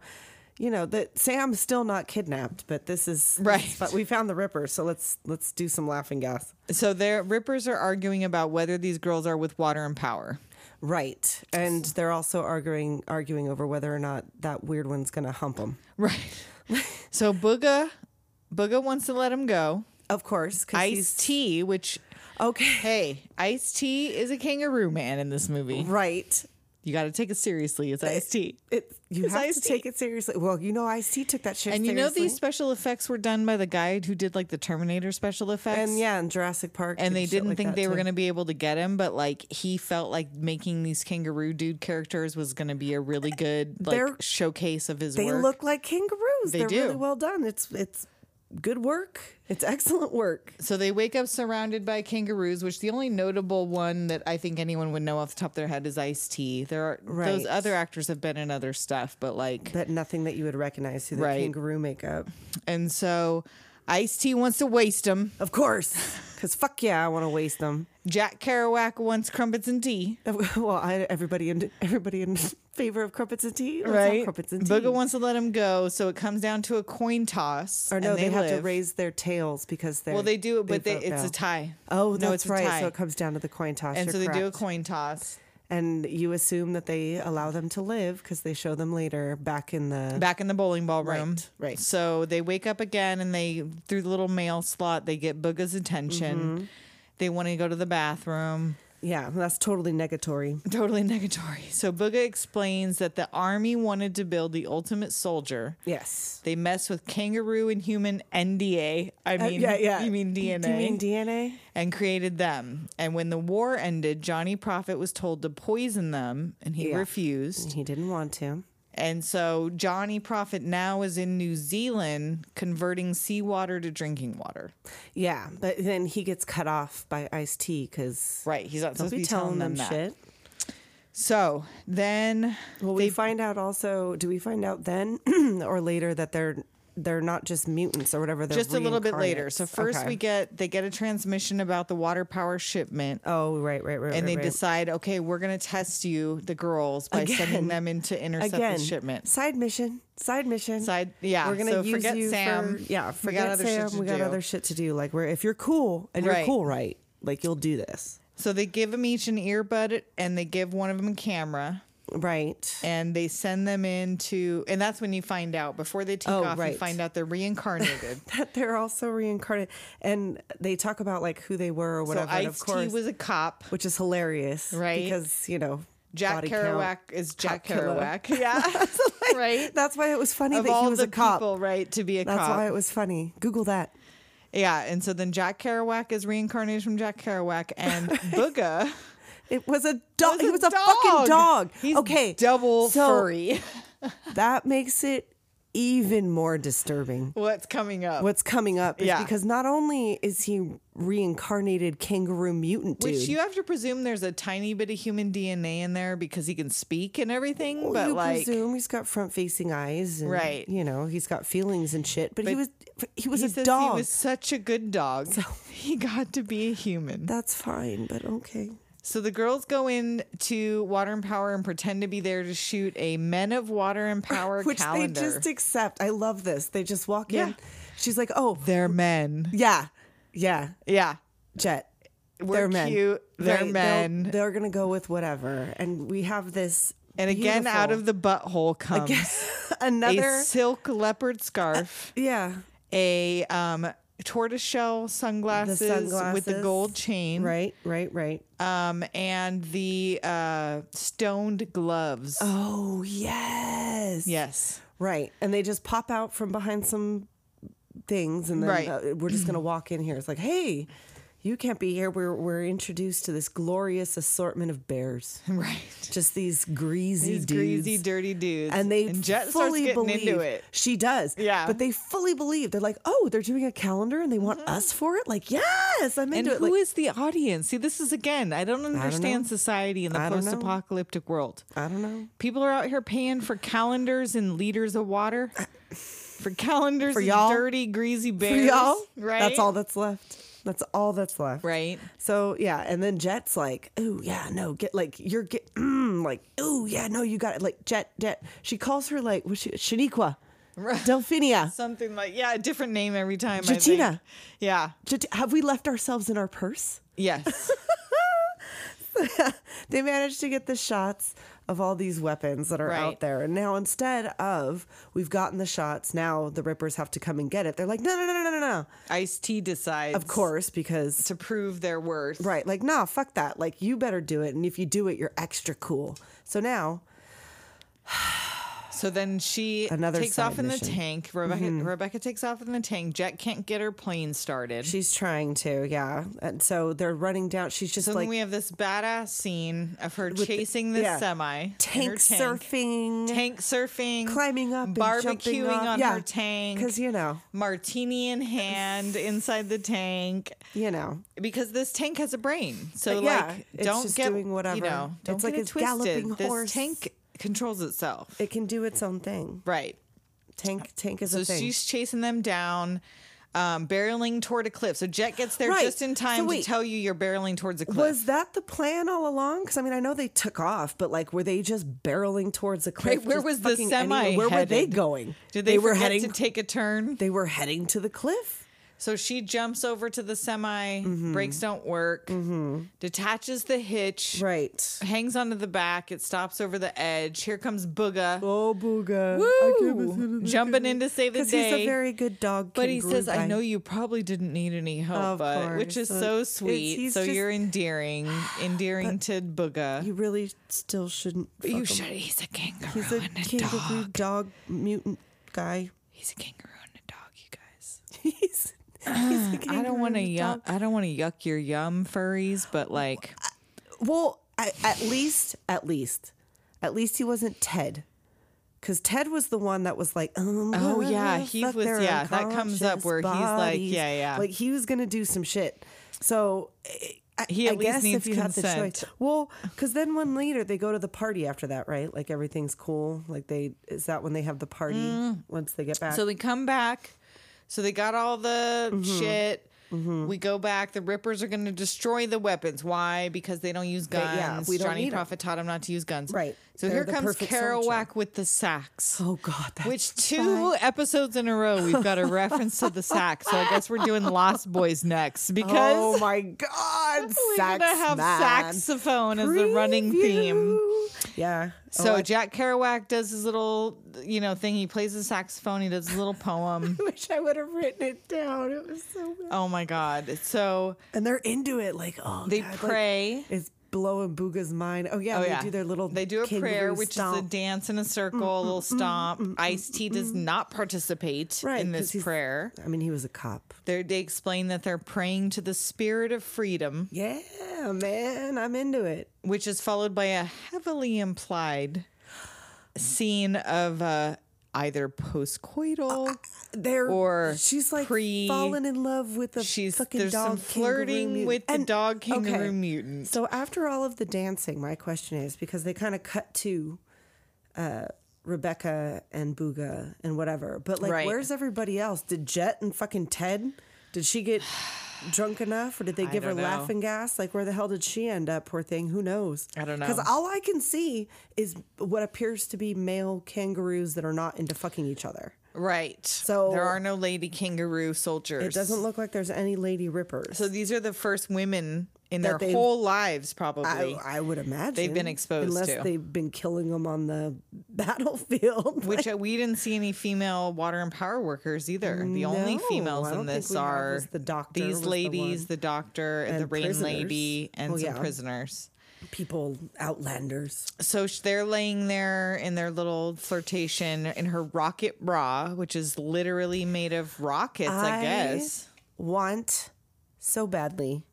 Speaker 4: you know that sam's still not kidnapped but this is
Speaker 6: Right.
Speaker 4: but we found the ripper so let's let's do some laughing gas
Speaker 6: So their rippers are arguing about whether these girls are with water and power.
Speaker 4: right and they're also arguing arguing over whether or not that weird one's gonna hump them
Speaker 6: Right. so Booga Booga wants to let him go.
Speaker 4: of course 'cause
Speaker 6: Ice
Speaker 4: he's-
Speaker 6: T, which
Speaker 4: okay
Speaker 6: hey, Ice T is a kangaroo man in this movie.
Speaker 4: right
Speaker 6: You got to take it seriously. It's iced tea.
Speaker 4: It, you
Speaker 6: It's
Speaker 4: have
Speaker 6: Ice-T.
Speaker 4: to take it seriously. Well, you know, Ice T took that shit
Speaker 6: And you know these
Speaker 4: seriously.
Speaker 6: special effects were done by the guy who did like the Terminator special effects.
Speaker 4: And yeah, in Jurassic Park.
Speaker 6: and they
Speaker 4: shit
Speaker 6: didn't
Speaker 4: like
Speaker 6: think
Speaker 4: that,
Speaker 6: they were
Speaker 4: too.
Speaker 6: going to be able to get him but like he felt like making these kangaroo dude characters was going to be a really good like
Speaker 4: They're-
Speaker 6: showcase of his
Speaker 4: They
Speaker 6: work
Speaker 4: look like kangaroos.
Speaker 6: They
Speaker 4: are really
Speaker 6: do.
Speaker 4: well done. It's it's good work. It's excellent work.
Speaker 6: so they wake up surrounded by kangaroos which the only notable one that i think anyone would know off the top of their head is ice t there are those
Speaker 4: Right.
Speaker 6: other actors have been in other stuff but like
Speaker 4: But nothing that you would recognize through the
Speaker 6: Right.
Speaker 4: kangaroo makeup.
Speaker 6: and so ice t wants to waste him
Speaker 4: Of course, because fuck yeah, I want to waste them.
Speaker 6: jack kerouac wants crumpets and tea
Speaker 4: Well, I, everybody in everybody in favor of crumpets and tea. Let's have
Speaker 6: Right,
Speaker 4: crumpets and tea.
Speaker 6: Booga wants to let him go, so it comes down to a coin toss.
Speaker 4: or no,
Speaker 6: and
Speaker 4: they, have to
Speaker 6: live.
Speaker 4: raise their tails because they're.
Speaker 6: Well, they do it, but they,
Speaker 4: vote
Speaker 6: it's
Speaker 4: no.
Speaker 6: a tie.
Speaker 4: Oh,
Speaker 6: no,
Speaker 4: that's
Speaker 6: it's a
Speaker 4: right.
Speaker 6: tie.
Speaker 4: So it comes down to the coin toss.
Speaker 6: and
Speaker 4: You're
Speaker 6: so they do a
Speaker 4: correct.
Speaker 6: coin toss
Speaker 4: and you assume that they allow them to live because they show them later back in the
Speaker 6: back in the bowling ball room.
Speaker 4: Right, right.
Speaker 6: So they wake up again, and they through the little mail slot, they get Booga's attention.
Speaker 4: Mm-hmm.
Speaker 6: They want to go to the bathroom.
Speaker 4: yeah that's totally negatory
Speaker 6: Totally negatory. So Booga explains that the army wanted to build the ultimate soldier.
Speaker 4: yes
Speaker 6: They mess with kangaroo and human NDA. I mean,
Speaker 4: Uh, yeah yeah
Speaker 6: you mean DNA.
Speaker 4: Do you mean DNA
Speaker 6: and created them. And when the war ended, Johnny Prophet was told to poison them, and he
Speaker 4: Yeah.
Speaker 6: refused.
Speaker 4: he didn't want to
Speaker 6: And so Johnny Prophet now is in New Zealand converting seawater to drinking water.
Speaker 4: yeah but then he gets cut off by Ice T because
Speaker 6: Right. He's not
Speaker 4: don't
Speaker 6: supposed
Speaker 4: be
Speaker 6: to be
Speaker 4: telling them,
Speaker 6: that.
Speaker 4: shit
Speaker 6: So then
Speaker 4: well we find out also do we find out then or later that they're they're not just mutants or whatever they're
Speaker 6: just a little bit later.
Speaker 4: reincarnates?
Speaker 6: So first
Speaker 4: Okay.
Speaker 6: we get they get a transmission about the water power shipment.
Speaker 4: oh right right right
Speaker 6: and they
Speaker 4: right, right.
Speaker 6: decide, okay, we're gonna test you, the girls, by sending
Speaker 4: Again.
Speaker 6: them in to intercept
Speaker 4: again
Speaker 6: the shipment.
Speaker 4: side mission side mission
Speaker 6: Side- yeah,
Speaker 4: we're gonna
Speaker 6: so
Speaker 4: use
Speaker 6: forget
Speaker 4: you
Speaker 6: Sam.
Speaker 4: for yeah
Speaker 6: We got
Speaker 4: forget
Speaker 6: other shit
Speaker 4: Sam
Speaker 6: to
Speaker 4: we got
Speaker 6: do.
Speaker 4: other shit to do like where if you're cool and
Speaker 6: Right.
Speaker 4: you're cool right like you'll do this
Speaker 6: So they give them each an earbud and they give one of them a camera.
Speaker 4: right
Speaker 6: and they send them into and that's when you find out before they take
Speaker 4: Oh,
Speaker 6: off you
Speaker 4: right.
Speaker 6: find out they're reincarnated
Speaker 4: that they're also reincarnated and they talk about like who they were or
Speaker 6: so
Speaker 4: whatever and of
Speaker 6: ice-t
Speaker 4: course
Speaker 6: was a cop
Speaker 4: which is hilarious
Speaker 6: Right.
Speaker 4: because you know
Speaker 6: jack
Speaker 4: body count.
Speaker 6: kerouac is jack
Speaker 4: cop killer.
Speaker 6: kerouac yeah right
Speaker 4: that's why it was funny
Speaker 6: of
Speaker 4: that
Speaker 6: all
Speaker 4: he was
Speaker 6: the
Speaker 4: a cop
Speaker 6: people right to be a
Speaker 4: that's
Speaker 6: cop
Speaker 4: why it was funny google that
Speaker 6: yeah and so then jack kerouac is reincarnated from jack kerouac and booga
Speaker 4: it was a dog.
Speaker 6: was
Speaker 4: He
Speaker 6: a
Speaker 4: was a fucking
Speaker 6: dog.
Speaker 4: dog.
Speaker 6: he's
Speaker 4: okay,
Speaker 6: double
Speaker 4: so
Speaker 6: furry
Speaker 4: That makes it even more disturbing.
Speaker 6: what's coming up
Speaker 4: what's coming up is
Speaker 6: Yeah.
Speaker 4: because not only is he reincarnated kangaroo mutant dude,
Speaker 6: which you have to presume there's a tiny bit of human DNA in there because he can speak and everything, but
Speaker 4: you
Speaker 6: like
Speaker 4: presume he's got front facing eyes, and,
Speaker 6: Right.
Speaker 4: You know he's got feelings and shit, but, he
Speaker 6: But
Speaker 4: was he was
Speaker 6: he
Speaker 4: a
Speaker 6: says
Speaker 4: dog.
Speaker 6: He was such a good dog. he got to be a human.
Speaker 4: That's fine, but okay.
Speaker 6: So the girls go in to Water and Power and pretend to be there to shoot a Men of Water and Power
Speaker 4: Which
Speaker 6: calendar.
Speaker 4: they just accept. I love this. They just walk
Speaker 6: Yeah.
Speaker 4: in. She's like, oh
Speaker 6: They're men.
Speaker 4: yeah, yeah,
Speaker 6: Yeah.
Speaker 4: Jet.
Speaker 6: We're
Speaker 4: they're men.
Speaker 6: cute. They're
Speaker 4: they'll-
Speaker 6: men.
Speaker 4: They're gonna go with whatever, and we have this.
Speaker 6: And again, out of
Speaker 4: beautiful-
Speaker 6: the butthole comes
Speaker 4: another,
Speaker 6: a silk leopard scarf,
Speaker 4: yeah,
Speaker 6: a um, tortoiseshell sunglasses, with the
Speaker 4: sunglasses.
Speaker 6: gold chain,
Speaker 4: right, right, right.
Speaker 6: Um, and the uh, stoned gloves.
Speaker 4: Oh yes,
Speaker 6: Yes.
Speaker 4: Right. And they just pop out from behind some things and then
Speaker 6: Right.
Speaker 4: uh, we're just going to walk in here. It's like, "Hey, you can't be here. We're we're introduced to this glorious assortment of bears.
Speaker 6: Right.
Speaker 4: Just these greasy
Speaker 6: These
Speaker 4: dudes."
Speaker 6: greasy, dirty dudes.
Speaker 4: and they
Speaker 6: Jet starts
Speaker 4: fully
Speaker 6: getting
Speaker 4: believe
Speaker 6: into it.
Speaker 4: she does.
Speaker 6: Yeah.
Speaker 4: but they fully believe they're like, oh, they're doing a calendar and they want us for it. Like, yes, I'm
Speaker 6: Mm-hmm. And
Speaker 4: into
Speaker 6: who
Speaker 4: it.
Speaker 6: is
Speaker 4: Like,
Speaker 6: the audience? See, this is again, I don't understand society in the
Speaker 4: I don't know.
Speaker 6: post-apocalyptic world.
Speaker 4: I don't know
Speaker 6: People are out here paying for calendars and liters of water, for calendars
Speaker 4: For
Speaker 6: and
Speaker 4: y'all?
Speaker 6: dirty, greasy
Speaker 4: for
Speaker 6: bears.
Speaker 4: y'all.
Speaker 6: right?
Speaker 4: That's all that's left. That's all that's left.
Speaker 6: Right.
Speaker 4: So yeah, and then Jet's like, "Ooh yeah, no, get like you're get mm, like, ooh yeah, no, you got it." Like Jet, Jet. She calls her like, was she Shaniqua, Delphinia?
Speaker 6: Something like yeah, a different name every time. I think.
Speaker 4: Jatina.
Speaker 6: Yeah.
Speaker 4: Jet- have we left ourselves in our purse?
Speaker 6: Yes.
Speaker 4: they managed to get the shots of all these weapons that are
Speaker 6: Right.
Speaker 4: out there. And now instead of we've gotten the shots, now the Rippers have to come and get it. They're like, no, no, no, no, no, no, no.
Speaker 6: Ice T decides,
Speaker 4: Of course, because
Speaker 6: to prove their worth.
Speaker 4: right, like, nah, fuck that. Like, you better do it, and if you do it, you're extra cool. So now,
Speaker 6: So then she
Speaker 4: Another
Speaker 6: takes
Speaker 4: side
Speaker 6: off in the
Speaker 4: mission. Mm-hmm.
Speaker 6: tank. Rebecca Rebecca takes off in the tank. Jack can't get her plane started.
Speaker 4: She's trying to, yeah. And so they're running down. She's just
Speaker 6: so then
Speaker 4: like
Speaker 6: we have this badass scene of her chasing this
Speaker 4: yeah.
Speaker 6: semi, in her
Speaker 4: tank surfing,
Speaker 6: tank surfing,
Speaker 4: climbing up, and jumping
Speaker 6: barbecuing
Speaker 4: off.
Speaker 6: on
Speaker 4: yeah,
Speaker 6: her tank,
Speaker 4: because you know,
Speaker 6: martini in hand inside the tank.
Speaker 4: you know,
Speaker 6: Because this tank has a brain, so
Speaker 4: Uh, yeah,
Speaker 6: like
Speaker 4: it's
Speaker 6: don't
Speaker 4: just
Speaker 6: get
Speaker 4: doing whatever.
Speaker 6: You know, don't
Speaker 4: It's
Speaker 6: get
Speaker 4: like
Speaker 6: it
Speaker 4: a
Speaker 6: twisted.
Speaker 4: galloping
Speaker 6: this
Speaker 4: horse.
Speaker 6: tank controls itself,
Speaker 4: it can do its own thing.
Speaker 6: right?
Speaker 4: Tank, tank is a
Speaker 6: So
Speaker 4: thing.
Speaker 6: she's chasing them down, um, barreling toward a cliff. So Jet gets there
Speaker 4: Right.
Speaker 6: just in time
Speaker 4: So
Speaker 6: to
Speaker 4: wait.
Speaker 6: tell you you're barreling towards a cliff.
Speaker 4: was that the plan all along? Because I mean, I know they took off, but like, were they just barreling towards a cliff?
Speaker 6: Right, where
Speaker 4: just
Speaker 6: was the
Speaker 4: fucking
Speaker 6: semi?
Speaker 4: anywhere? Where were they
Speaker 6: headed?
Speaker 4: going?
Speaker 6: Did they,
Speaker 4: were
Speaker 6: forget
Speaker 4: heading.
Speaker 6: to take a turn?
Speaker 4: they were heading to the cliff.
Speaker 6: So she jumps over to the semi.
Speaker 4: Mm-hmm.
Speaker 6: Brakes don't work. Detaches the hitch.
Speaker 4: Right.
Speaker 6: Hangs onto the back. It stops over the edge. Here comes Booga.
Speaker 4: Oh, booga!
Speaker 6: Woo! Jumping in to save the
Speaker 4: Because
Speaker 6: day.
Speaker 4: he's a very good dog.
Speaker 6: But he says,
Speaker 4: kangaroo
Speaker 6: "I
Speaker 4: guy."
Speaker 6: know you probably didn't need any help,
Speaker 4: Of
Speaker 6: but which
Speaker 4: course.
Speaker 6: is
Speaker 4: Uh,
Speaker 6: so
Speaker 4: it's-
Speaker 6: sweet.
Speaker 4: he's
Speaker 6: So
Speaker 4: just-
Speaker 6: you're endearing, endearing to Booga.
Speaker 4: You really still shouldn't.
Speaker 6: You
Speaker 4: fuck
Speaker 6: should.
Speaker 4: him.
Speaker 6: He's a kangaroo
Speaker 4: He's a
Speaker 6: and a
Speaker 4: kangaroo
Speaker 6: dog.
Speaker 4: dog. mutant guy.
Speaker 6: He's a kangaroo and a dog, you guys.
Speaker 4: He's. he's a
Speaker 6: I don't
Speaker 4: kangaroo
Speaker 6: want to
Speaker 4: and a
Speaker 6: yuck.
Speaker 4: dog.
Speaker 6: I don't want to yuck your yum furries, but like,
Speaker 4: Well, I, at least, at least, at least he wasn't Ted. Because Ted was the one that was like, um,
Speaker 6: Oh, yeah, he
Speaker 4: fuck
Speaker 6: was-
Speaker 4: their
Speaker 6: yeah, that comes up
Speaker 4: unconscious
Speaker 6: where he's like,
Speaker 4: bodies.
Speaker 6: yeah, yeah.
Speaker 4: Like he was gonna do some shit. So I- I,
Speaker 6: He at
Speaker 4: I
Speaker 6: least
Speaker 4: guess if
Speaker 6: needs
Speaker 4: you had the
Speaker 6: consent.
Speaker 4: choice, well, because then when later they go to the party after that, right? Like everything's cool. Like they is that when they have the party once they get back?
Speaker 6: Mm. so we come back. So they got all the
Speaker 4: Mm-hmm.
Speaker 6: shit. We go back. The Rippers are going to destroy the weapons. Why? Because they don't use guns.
Speaker 4: yeah, we don't
Speaker 6: Johnny
Speaker 4: need 'em.
Speaker 6: Prophet taught him not to use guns.
Speaker 4: Right.
Speaker 6: So
Speaker 4: They're
Speaker 6: here
Speaker 4: the
Speaker 6: comes
Speaker 4: perfect soldier.
Speaker 6: Kerouac with the sax.
Speaker 4: oh god, that's
Speaker 6: Which two episodes in a row we've got a reference to the sack. So I guess we're doing Lost Boys next
Speaker 4: Oh
Speaker 6: because
Speaker 4: my God,
Speaker 6: we're
Speaker 4: sax
Speaker 6: gonna have
Speaker 4: man.
Speaker 6: saxophone as the running theme.
Speaker 4: Preview. Yeah.
Speaker 6: So
Speaker 4: oh, I
Speaker 6: Jack Kerouac does his little, you know, thing. He plays the saxophone. He does his little poem.
Speaker 4: wish I would have written it down. It was so bad.
Speaker 6: oh my god! So
Speaker 4: And they're into it, like oh,
Speaker 6: they
Speaker 4: God, like,
Speaker 6: pray.
Speaker 4: it's blowing Booga's mind. Oh yeah,
Speaker 6: oh
Speaker 4: they
Speaker 6: yeah,
Speaker 4: do their little.
Speaker 6: They do a prayer,
Speaker 4: kangaroo
Speaker 6: which is a
Speaker 4: stomp.
Speaker 6: dance
Speaker 4: Mm,
Speaker 6: in a circle, a little stomp. Ice T does not participate
Speaker 4: Right,
Speaker 6: in
Speaker 4: 'cause
Speaker 6: this
Speaker 4: he's-
Speaker 6: prayer.
Speaker 4: I mean, he was a cop.
Speaker 6: They they explain that they're praying to the spirit of freedom.
Speaker 4: Yeah, man, I'm into it.
Speaker 6: which is followed by a heavily implied scene of uh, either
Speaker 4: Uh,
Speaker 6: postcoital.
Speaker 4: They're
Speaker 6: Or
Speaker 4: she's like
Speaker 6: pre-
Speaker 4: falling in love with a
Speaker 6: She's
Speaker 4: fucking
Speaker 6: there's
Speaker 4: dog
Speaker 6: some flirting
Speaker 4: kangaroo mutant.
Speaker 6: with the
Speaker 4: And-
Speaker 6: dog kangaroo
Speaker 4: okay.
Speaker 6: mutant.
Speaker 4: So after all of the dancing, my question is because they kind of cut to uh, Rebecca and Booga and whatever, but like,
Speaker 6: Right.
Speaker 4: where's everybody else? Did Jet and fucking Ted? Did she get drunk enough, or did they give her
Speaker 6: don't know.
Speaker 4: laughing gas? Like, where the hell did she end up? Poor thing. Who knows?
Speaker 6: I don't
Speaker 4: Because
Speaker 6: know.
Speaker 4: all I can see is what appears to be male kangaroos that are not into fucking each other.
Speaker 6: Right.
Speaker 4: So-
Speaker 6: there are no lady kangaroo soldiers.
Speaker 4: It doesn't look like there's any lady rippers.
Speaker 6: So these are the first women in
Speaker 4: That
Speaker 6: their
Speaker 4: they've-
Speaker 6: whole lives, probably.
Speaker 4: I, I would imagine
Speaker 6: exposed
Speaker 4: unless
Speaker 6: to.
Speaker 4: they've been killing them on the battlefield.
Speaker 6: which uh, we didn't see any female water and power workers either. The only
Speaker 4: No,
Speaker 6: females
Speaker 4: I
Speaker 6: in
Speaker 4: don't think
Speaker 6: this
Speaker 4: we have
Speaker 6: are
Speaker 4: was the doctor
Speaker 6: these
Speaker 4: was the
Speaker 6: ladies,
Speaker 4: one.
Speaker 6: the, doctor, and the
Speaker 4: And
Speaker 6: rain
Speaker 4: prisoners.
Speaker 6: lady, and
Speaker 4: Well,
Speaker 6: some
Speaker 4: yeah.
Speaker 6: prisoners.
Speaker 4: people outlanders.
Speaker 6: so sh- they're laying there in their little flirtation in her rocket bra, which is literally made of rockets, I,
Speaker 4: I-
Speaker 6: guess.
Speaker 4: Want so badly,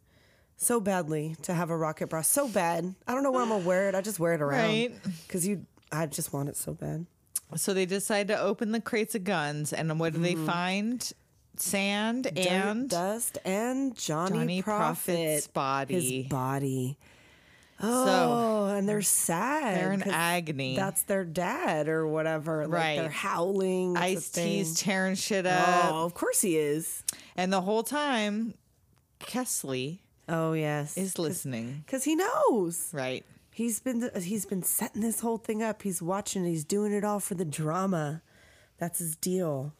Speaker 4: so badly to have a rocket bra. So bad. I don't know where I'm gonna wear it. I just wear it around.
Speaker 6: Right.
Speaker 4: Cause you, I just want it so bad.
Speaker 6: So they decide to open the crates of guns, and what do they
Speaker 4: Mm-hmm.
Speaker 6: find? Sand and
Speaker 4: dust and Johnny,
Speaker 6: Johnny
Speaker 4: Prophet,
Speaker 6: Prophet's body.
Speaker 4: His body.
Speaker 6: so
Speaker 4: Oh, and they're sad.
Speaker 6: they're in
Speaker 4: 'cause
Speaker 6: agony.
Speaker 4: That's their dad or whatever. Like
Speaker 6: Right.
Speaker 4: They're howling. It's a
Speaker 6: Ice T's
Speaker 4: thing.
Speaker 6: tearing shit up,
Speaker 4: Oh, of course he is.
Speaker 6: and the whole time, Kesley
Speaker 4: Oh yes,
Speaker 6: is listening.
Speaker 4: because he knows.
Speaker 6: Right?
Speaker 4: He's been he's been setting this whole thing up. He's watching. He's doing it all for the drama. That's his deal.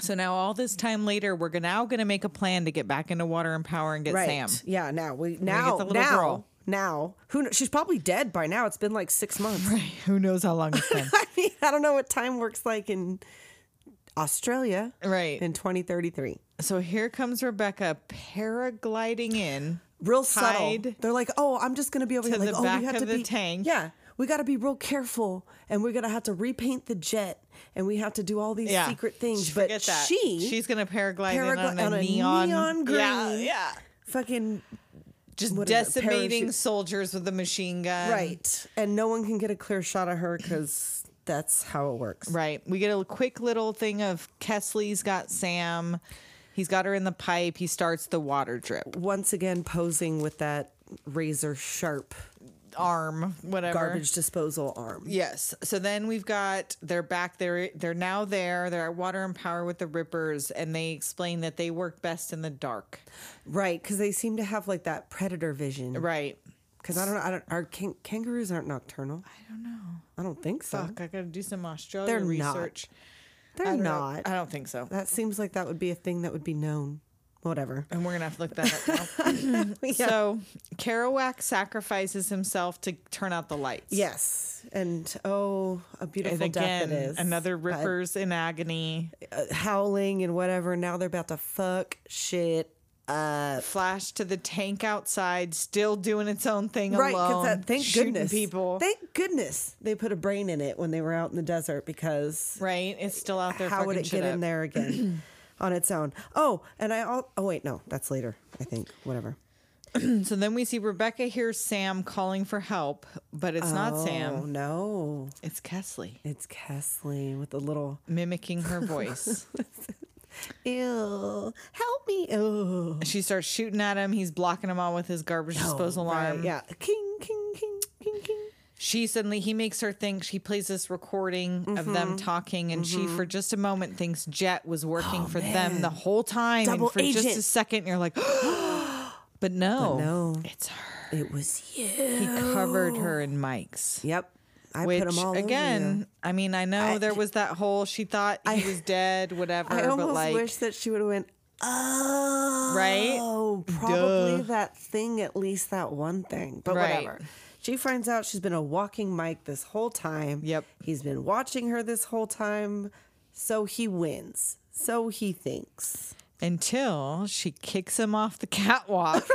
Speaker 6: So now, all this time later, we're gonna- now going to make a plan to get back into water and power and get Sam.
Speaker 4: Yeah. Now we now
Speaker 6: the little
Speaker 4: now
Speaker 6: girl.
Speaker 4: now. Who kn- she's probably dead by now. It's been like six months.
Speaker 6: Who knows how long it's been?
Speaker 4: I mean, I don't know what time works like in Australia
Speaker 6: right.
Speaker 4: in 2033.
Speaker 6: so here comes Rebecca paragliding in.
Speaker 4: Real subtle.
Speaker 6: Hide
Speaker 4: They're like, oh, I'm just gonna be over
Speaker 6: to
Speaker 4: here. Like,
Speaker 6: the
Speaker 4: oh,
Speaker 6: back
Speaker 4: we have
Speaker 6: of
Speaker 4: to
Speaker 6: the
Speaker 4: be
Speaker 6: tank.
Speaker 4: Yeah, we got to be real careful, and we're gonna have to repaint the jet, and we have to do all these
Speaker 6: Yeah.
Speaker 4: secret things.
Speaker 6: Forget
Speaker 4: but
Speaker 6: that.
Speaker 4: she,
Speaker 6: she's gonna paraglide in
Speaker 4: paragli-
Speaker 6: on, a
Speaker 4: on a
Speaker 6: neon,
Speaker 4: neon
Speaker 6: Yeah,
Speaker 4: green.
Speaker 6: yeah.
Speaker 4: fucking
Speaker 6: Just
Speaker 4: What is it,
Speaker 6: decimating
Speaker 4: parachute-
Speaker 6: soldiers with a machine gun.
Speaker 4: right, and no one can get a clear shot of her because that's how it works.
Speaker 6: Right. We get a quick little thing of Kesley's got Sam. He's got her in the pipe. He starts the water drip.
Speaker 4: Once again, posing with that razor sharp
Speaker 6: Arm, whatever.
Speaker 4: garbage disposal arm.
Speaker 6: Yes. So then we've got they're back. They're they're now there. They're at Water and Power with the Rippers, and they explain that they work best in the dark.
Speaker 4: Right, because they seem to have like that predator vision.
Speaker 6: Right.
Speaker 4: Because I don't know. I don't. Are can, kangaroos aren't nocturnal? I don't know. I don't think so.
Speaker 6: Fuck. I gotta do some Australia
Speaker 4: They're not.
Speaker 6: research. I
Speaker 4: They're
Speaker 6: don't know.
Speaker 4: not.
Speaker 6: I don't think so.
Speaker 4: That seems like that would be a thing that would be known. Whatever.
Speaker 6: And we're gonna have to look that up. Now. So Kerouac sacrifices himself to turn out the lights.
Speaker 4: Yes, and oh, a beautiful
Speaker 6: And again,
Speaker 4: death it is.
Speaker 6: another
Speaker 4: But,
Speaker 6: Rippers in agony.
Speaker 4: uh, howling and whatever. Now they're about to fuck shit. Uh,
Speaker 6: Flash to the tank outside, still doing its own thing
Speaker 4: Right,
Speaker 6: alone.
Speaker 4: because thank
Speaker 6: shooting
Speaker 4: goodness,
Speaker 6: people.
Speaker 4: Thank goodness they put a brain in it when they were out in the desert because
Speaker 6: right, it's still out there.
Speaker 4: how would
Speaker 6: fucking
Speaker 4: it
Speaker 6: shit
Speaker 4: get in
Speaker 6: up.
Speaker 4: there again on its own? Oh, and I all. Oh wait, no, that's later. I think whatever.
Speaker 6: So then we see Rebecca hears Sam calling for help, but it's not
Speaker 4: Oh
Speaker 6: Sam.
Speaker 4: no,
Speaker 6: It's Kesley
Speaker 4: it's Kesley with a little
Speaker 6: mimicking her voice.
Speaker 4: ew. Help me, ew.
Speaker 6: she starts shooting at him. He's blocking him all with his garbage disposal
Speaker 4: Oh, Right,
Speaker 6: arm.
Speaker 4: Yeah, king, king, king, king, king.
Speaker 6: She suddenly he makes her think she plays this recording of
Speaker 4: Mm-hmm.
Speaker 6: them talking, and she for just a moment thinks Jet was working for them the whole time.
Speaker 4: Oh, Double
Speaker 6: and for just a
Speaker 4: agent.
Speaker 6: second, you're like, but no,
Speaker 4: no.
Speaker 6: it's her.
Speaker 4: It was you.
Speaker 6: He covered her in mics.
Speaker 4: Yep. I
Speaker 6: Which
Speaker 4: put them all over
Speaker 6: again,
Speaker 4: you.
Speaker 6: I mean, I know there was that whole she thought he was dead, whatever,
Speaker 4: I
Speaker 6: uh, but
Speaker 4: almost
Speaker 6: like,
Speaker 4: wish that she would have went. Oh,
Speaker 6: Right?
Speaker 4: Oh, probably that thing. At least that one thing. But
Speaker 6: Right.
Speaker 4: whatever. She finds out she's been a walking mic this whole time.
Speaker 6: Yep.
Speaker 4: He's been watching her this whole time. So he wins. So he thinks.
Speaker 6: until she kicks him off the catwalk.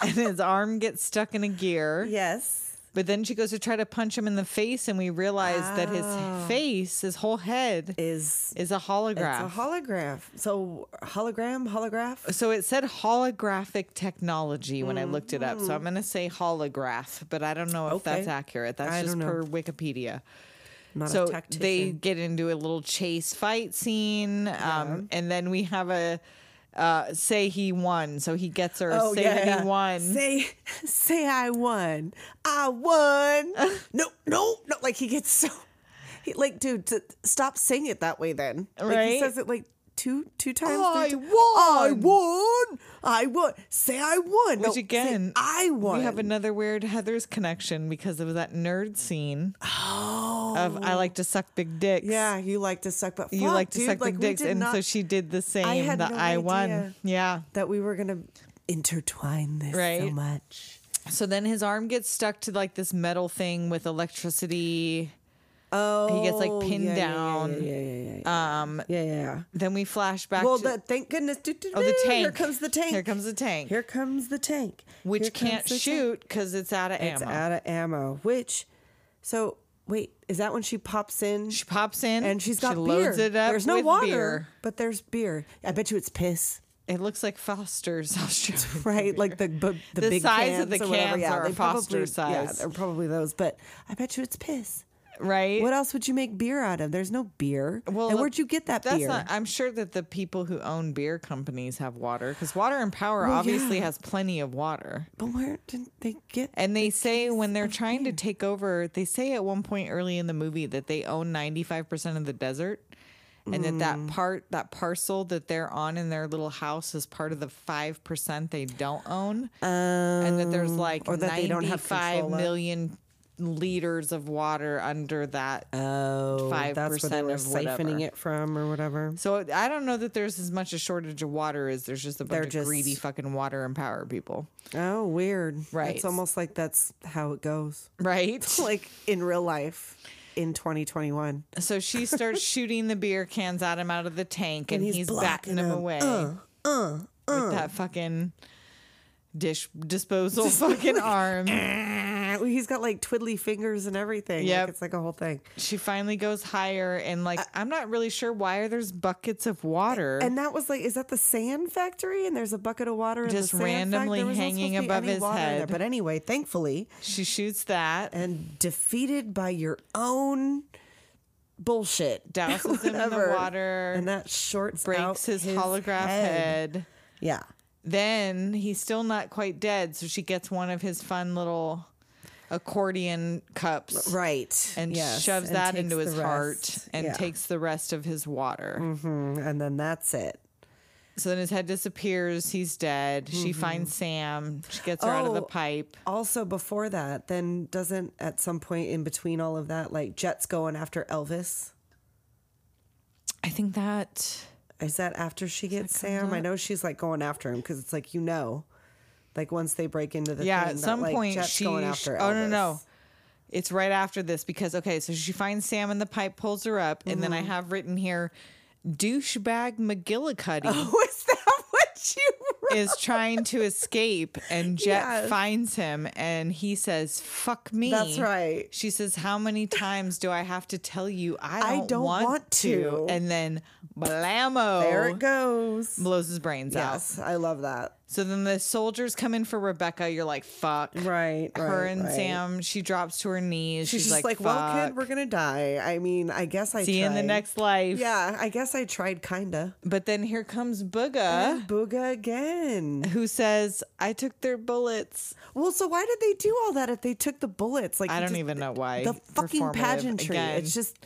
Speaker 6: And his arm gets stuck in a gear.
Speaker 4: Yes.
Speaker 6: But then she goes to try to punch him in the face, and we realize that
Speaker 4: Oh.
Speaker 6: his face, his whole head,
Speaker 4: Is
Speaker 6: is a holograph.
Speaker 4: it's a holograph. So hologram, holograph.
Speaker 6: so it said holographic technology when I looked it up. So I'm going to say holograph, but I don't know if
Speaker 4: Mm.
Speaker 6: that's
Speaker 4: Okay.
Speaker 6: accurate. That's
Speaker 4: I
Speaker 6: just
Speaker 4: don't know.
Speaker 6: per Wikipedia.
Speaker 4: Not a
Speaker 6: so
Speaker 4: tactician.
Speaker 6: they get into a little chase fight scene, um, and then we have a uh, say he won. So he gets her.
Speaker 4: Oh,
Speaker 6: say that he won.
Speaker 4: Say, say I won. I won. no, no, no. Like he gets so, he, like, dude, t- stop saying it that way. Then, like,
Speaker 6: Right?
Speaker 4: he says it like two, two times.
Speaker 6: I
Speaker 4: three ti-
Speaker 6: won.
Speaker 4: I won. I won. Say I won. No,
Speaker 6: Which
Speaker 4: say,
Speaker 6: again,
Speaker 4: I won.
Speaker 6: We have another weird Heather's connection because of that nerd scene of I like to suck big dicks.
Speaker 4: Oh. Yeah, you like to suck, but
Speaker 6: you
Speaker 4: fuck,
Speaker 6: like to
Speaker 4: dude,
Speaker 6: suck
Speaker 4: like,
Speaker 6: big
Speaker 4: we
Speaker 6: dicks,
Speaker 4: did
Speaker 6: and so
Speaker 4: not-
Speaker 6: she did the same.
Speaker 4: had
Speaker 6: the
Speaker 4: no
Speaker 6: I won.
Speaker 4: idea.
Speaker 6: Yeah.
Speaker 4: that we were gonna intertwine this so
Speaker 6: Right.
Speaker 4: much.
Speaker 6: So then his arm gets stuck to like this metal thing with electricity.
Speaker 4: Oh,
Speaker 6: He gets like pinned
Speaker 4: yeah, yeah, yeah,
Speaker 6: down.
Speaker 4: Yeah, yeah, yeah, yeah.
Speaker 6: Um.
Speaker 4: yeah, yeah, yeah.
Speaker 6: Then we flash back.
Speaker 4: Well,
Speaker 6: to,
Speaker 4: that thank goodness. do, do,
Speaker 6: oh the
Speaker 4: do,
Speaker 6: tank.
Speaker 4: Here comes the tank.
Speaker 6: Here comes the tank.
Speaker 4: Here comes the tank.
Speaker 6: which
Speaker 4: Here comes
Speaker 6: can't
Speaker 4: the tank.
Speaker 6: shoot because it's out of ammo.
Speaker 4: It's out of ammo. Which, so wait, is that when she pops in?
Speaker 6: she pops in
Speaker 4: and she's got
Speaker 6: she
Speaker 4: beer.
Speaker 6: loads it up.
Speaker 4: There's no
Speaker 6: with
Speaker 4: water,
Speaker 6: beer.
Speaker 4: but there's beer. I bet you it's piss,
Speaker 6: It looks like Foster's Australian.
Speaker 4: right? Like the bu- the,
Speaker 6: The
Speaker 4: big
Speaker 6: size
Speaker 4: cans
Speaker 6: of the
Speaker 4: or whatever.
Speaker 6: cans
Speaker 4: yeah,
Speaker 6: are
Speaker 4: they
Speaker 6: Foster
Speaker 4: probably, Yeah,
Speaker 6: size.
Speaker 4: they're probably those. But I bet you it's piss.
Speaker 6: right?
Speaker 4: What else would you make beer out of? There's no beer. and where'd you get that
Speaker 6: that's
Speaker 4: beer?
Speaker 6: Not, I'm sure that the people who own beer companies have water because Water and Power obviously has plenty of water.
Speaker 4: but where did they get?
Speaker 6: And they say when they're trying to take over, they say at one point early in the movie that they own 95% of the desert. And that
Speaker 4: Mm.
Speaker 6: that part, that parcel that they're on in their little house is part of the 5% they don't own. and that there's like
Speaker 4: Um, or that they don't have
Speaker 6: 95
Speaker 4: control of.
Speaker 6: million liters of water under that.
Speaker 4: Oh, that's where
Speaker 6: 5%
Speaker 4: they were
Speaker 6: of whatever.
Speaker 4: siphoning it from or whatever.
Speaker 6: so I don't know that there's as much a shortage of water as there's just a
Speaker 4: They're
Speaker 6: bunch of
Speaker 4: just-
Speaker 6: greedy fucking water and power people,
Speaker 4: Oh, weird.
Speaker 6: Right.
Speaker 4: It's almost like that's how it goes.
Speaker 6: right?
Speaker 4: Like in real life in 2021.
Speaker 6: so she starts shooting the beer cans at him out of the tank, and, he's, batting them away
Speaker 4: Uh,
Speaker 6: with that fucking dish disposal fucking arm.
Speaker 4: Ah, well, He's got like twiddly fingers and everything. Yeah,
Speaker 6: Yep.
Speaker 4: Like, it's like a whole thing.
Speaker 6: She finally goes higher, and like I'm not really sure why are there's buckets of water.
Speaker 4: And that was like, is that the sand factory? And there's a bucket of water in the
Speaker 6: Just
Speaker 4: sand fac- there
Speaker 6: randomly
Speaker 4: was not
Speaker 6: hanging
Speaker 4: supposed to be
Speaker 6: above
Speaker 4: any
Speaker 6: his
Speaker 4: water in there.
Speaker 6: head.
Speaker 4: But anyway, thankfully,
Speaker 6: she shoots that,
Speaker 4: and defeated by your own bullshit.
Speaker 6: douses him in the
Speaker 4: Whatever.
Speaker 6: water,
Speaker 4: And that shorts out
Speaker 6: breaks his, holograph head.
Speaker 4: Yeah.
Speaker 6: Then he's still not quite dead, so she gets one of his fun little accordion cups.
Speaker 4: Right.
Speaker 6: and
Speaker 4: Yes,
Speaker 6: shoves
Speaker 4: and
Speaker 6: that
Speaker 4: takes
Speaker 6: into
Speaker 4: the
Speaker 6: his heart
Speaker 4: rest.
Speaker 6: and
Speaker 4: Yeah. Mm.
Speaker 6: takes the rest of his water.
Speaker 4: And then that's it.
Speaker 6: So then his head disappears. He's dead. She finds Sam. She gets her out of the
Speaker 4: Mm-hmm. Oh.
Speaker 6: pipe.
Speaker 4: Also, before that, then doesn't at some point in between all of that, like Jet's going after Elvis?
Speaker 6: I think that
Speaker 4: Is that after she gets Sam? I know she's like going after him because it's like you know, like once they break into the
Speaker 6: yeah.
Speaker 4: thing
Speaker 6: At
Speaker 4: that,
Speaker 6: some
Speaker 4: like,
Speaker 6: point
Speaker 4: Jet's
Speaker 6: she.
Speaker 4: going after.
Speaker 6: oh no
Speaker 4: Elvis.
Speaker 6: no. It's right after this because okay, so she finds Sam in the pipe, pulls her up, and
Speaker 4: Mm-hmm.
Speaker 6: then I have written here, douchebag McGillicuddy.
Speaker 4: Oh, Was that what you? Wrote?
Speaker 6: Is trying to escape, and Jet
Speaker 4: Yes.
Speaker 6: finds him, and he says, "Fuck me."
Speaker 4: That's right.
Speaker 6: She says, "How many times do I have to tell you I
Speaker 4: I
Speaker 6: don't,
Speaker 4: don't
Speaker 6: want,
Speaker 4: want
Speaker 6: to.
Speaker 4: to.
Speaker 6: And then blammo,
Speaker 4: There it goes.
Speaker 6: blows his brains out.
Speaker 4: Yes, I love that.
Speaker 6: So then the soldiers come in for Rebecca. You're like, "Fuck."
Speaker 4: Right,
Speaker 6: Her
Speaker 4: right,
Speaker 6: and
Speaker 4: right.
Speaker 6: Sam. She drops to her knees.
Speaker 4: She's,
Speaker 6: She's,
Speaker 4: just like,
Speaker 6: like,
Speaker 4: well,
Speaker 6: "Fuck.
Speaker 4: kid, we're gonna die. I mean, I guess I
Speaker 6: see you in the
Speaker 4: tried.
Speaker 6: next life."
Speaker 4: Yeah, I guess I tried, kinda.
Speaker 6: But then here comes Booga.
Speaker 4: Booga again.
Speaker 6: Who says I took their bullets?
Speaker 4: Well, so why did they do all that if they took the bullets? Like
Speaker 6: I
Speaker 4: it
Speaker 6: don't
Speaker 4: just-
Speaker 6: even know why.
Speaker 4: The fucking
Speaker 6: Performative
Speaker 4: pageantry.
Speaker 6: again.
Speaker 4: It's just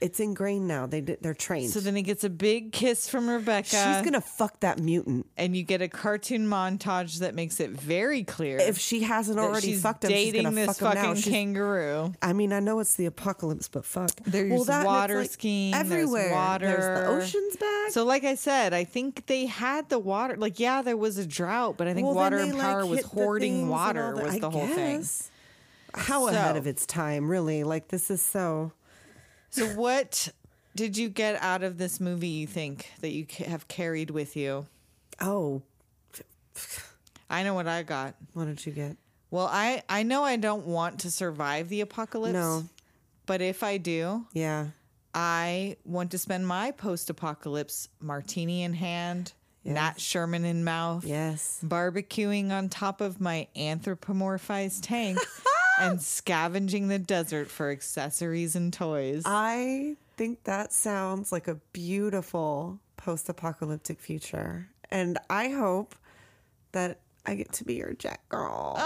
Speaker 4: it's ingrained now. They d- they're trained.
Speaker 6: So then he gets a big kiss from Rebecca.
Speaker 4: She's gonna fuck that mutant
Speaker 6: and you get a cartoon montage that makes it very clear
Speaker 4: if she hasn't
Speaker 6: that
Speaker 4: already
Speaker 6: she's
Speaker 4: fucked him. She's
Speaker 6: dating
Speaker 4: gonna fuck
Speaker 6: this
Speaker 4: him now.
Speaker 6: fucking
Speaker 4: She's-
Speaker 6: kangaroo.
Speaker 4: I mean, I know it's the apocalypse, but fuck.
Speaker 6: There's
Speaker 4: well, that, and it's
Speaker 6: water
Speaker 4: like
Speaker 6: skiing. there's
Speaker 4: everywhere.
Speaker 6: water.
Speaker 4: There's the ocean's back.
Speaker 6: So, like I said, I think they had the water. Like, yeah, there was a drought, but I think
Speaker 4: Well, then
Speaker 6: water
Speaker 4: they,
Speaker 6: and
Speaker 4: like,
Speaker 6: power was
Speaker 4: hit the things
Speaker 6: hoarding
Speaker 4: and
Speaker 6: water
Speaker 4: all that-
Speaker 6: was
Speaker 4: I
Speaker 6: the whole thing.
Speaker 4: guess. How ahead
Speaker 6: So-
Speaker 4: of its time, really? Like this is so.
Speaker 6: So, what did you get out of this movie? You think that you ca- have carried with you?
Speaker 4: Oh,
Speaker 6: I know what I got.
Speaker 4: what did you get?
Speaker 6: Well, I I know I don't want to survive the apocalypse.
Speaker 4: No.
Speaker 6: But if I do,
Speaker 4: Yeah,
Speaker 6: I want to spend my post-apocalypse martini in hand, Nat Sherman in mouth,
Speaker 4: yes.
Speaker 6: barbecuing on top of my anthropomorphized tank and scavenging the desert for accessories and toys.
Speaker 4: I think that sounds like a beautiful post apocalyptic future. And I hope that I get to be your jet girl.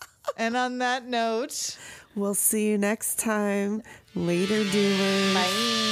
Speaker 6: and on that note,
Speaker 4: We'll see you next time. Later, doers.
Speaker 6: bye.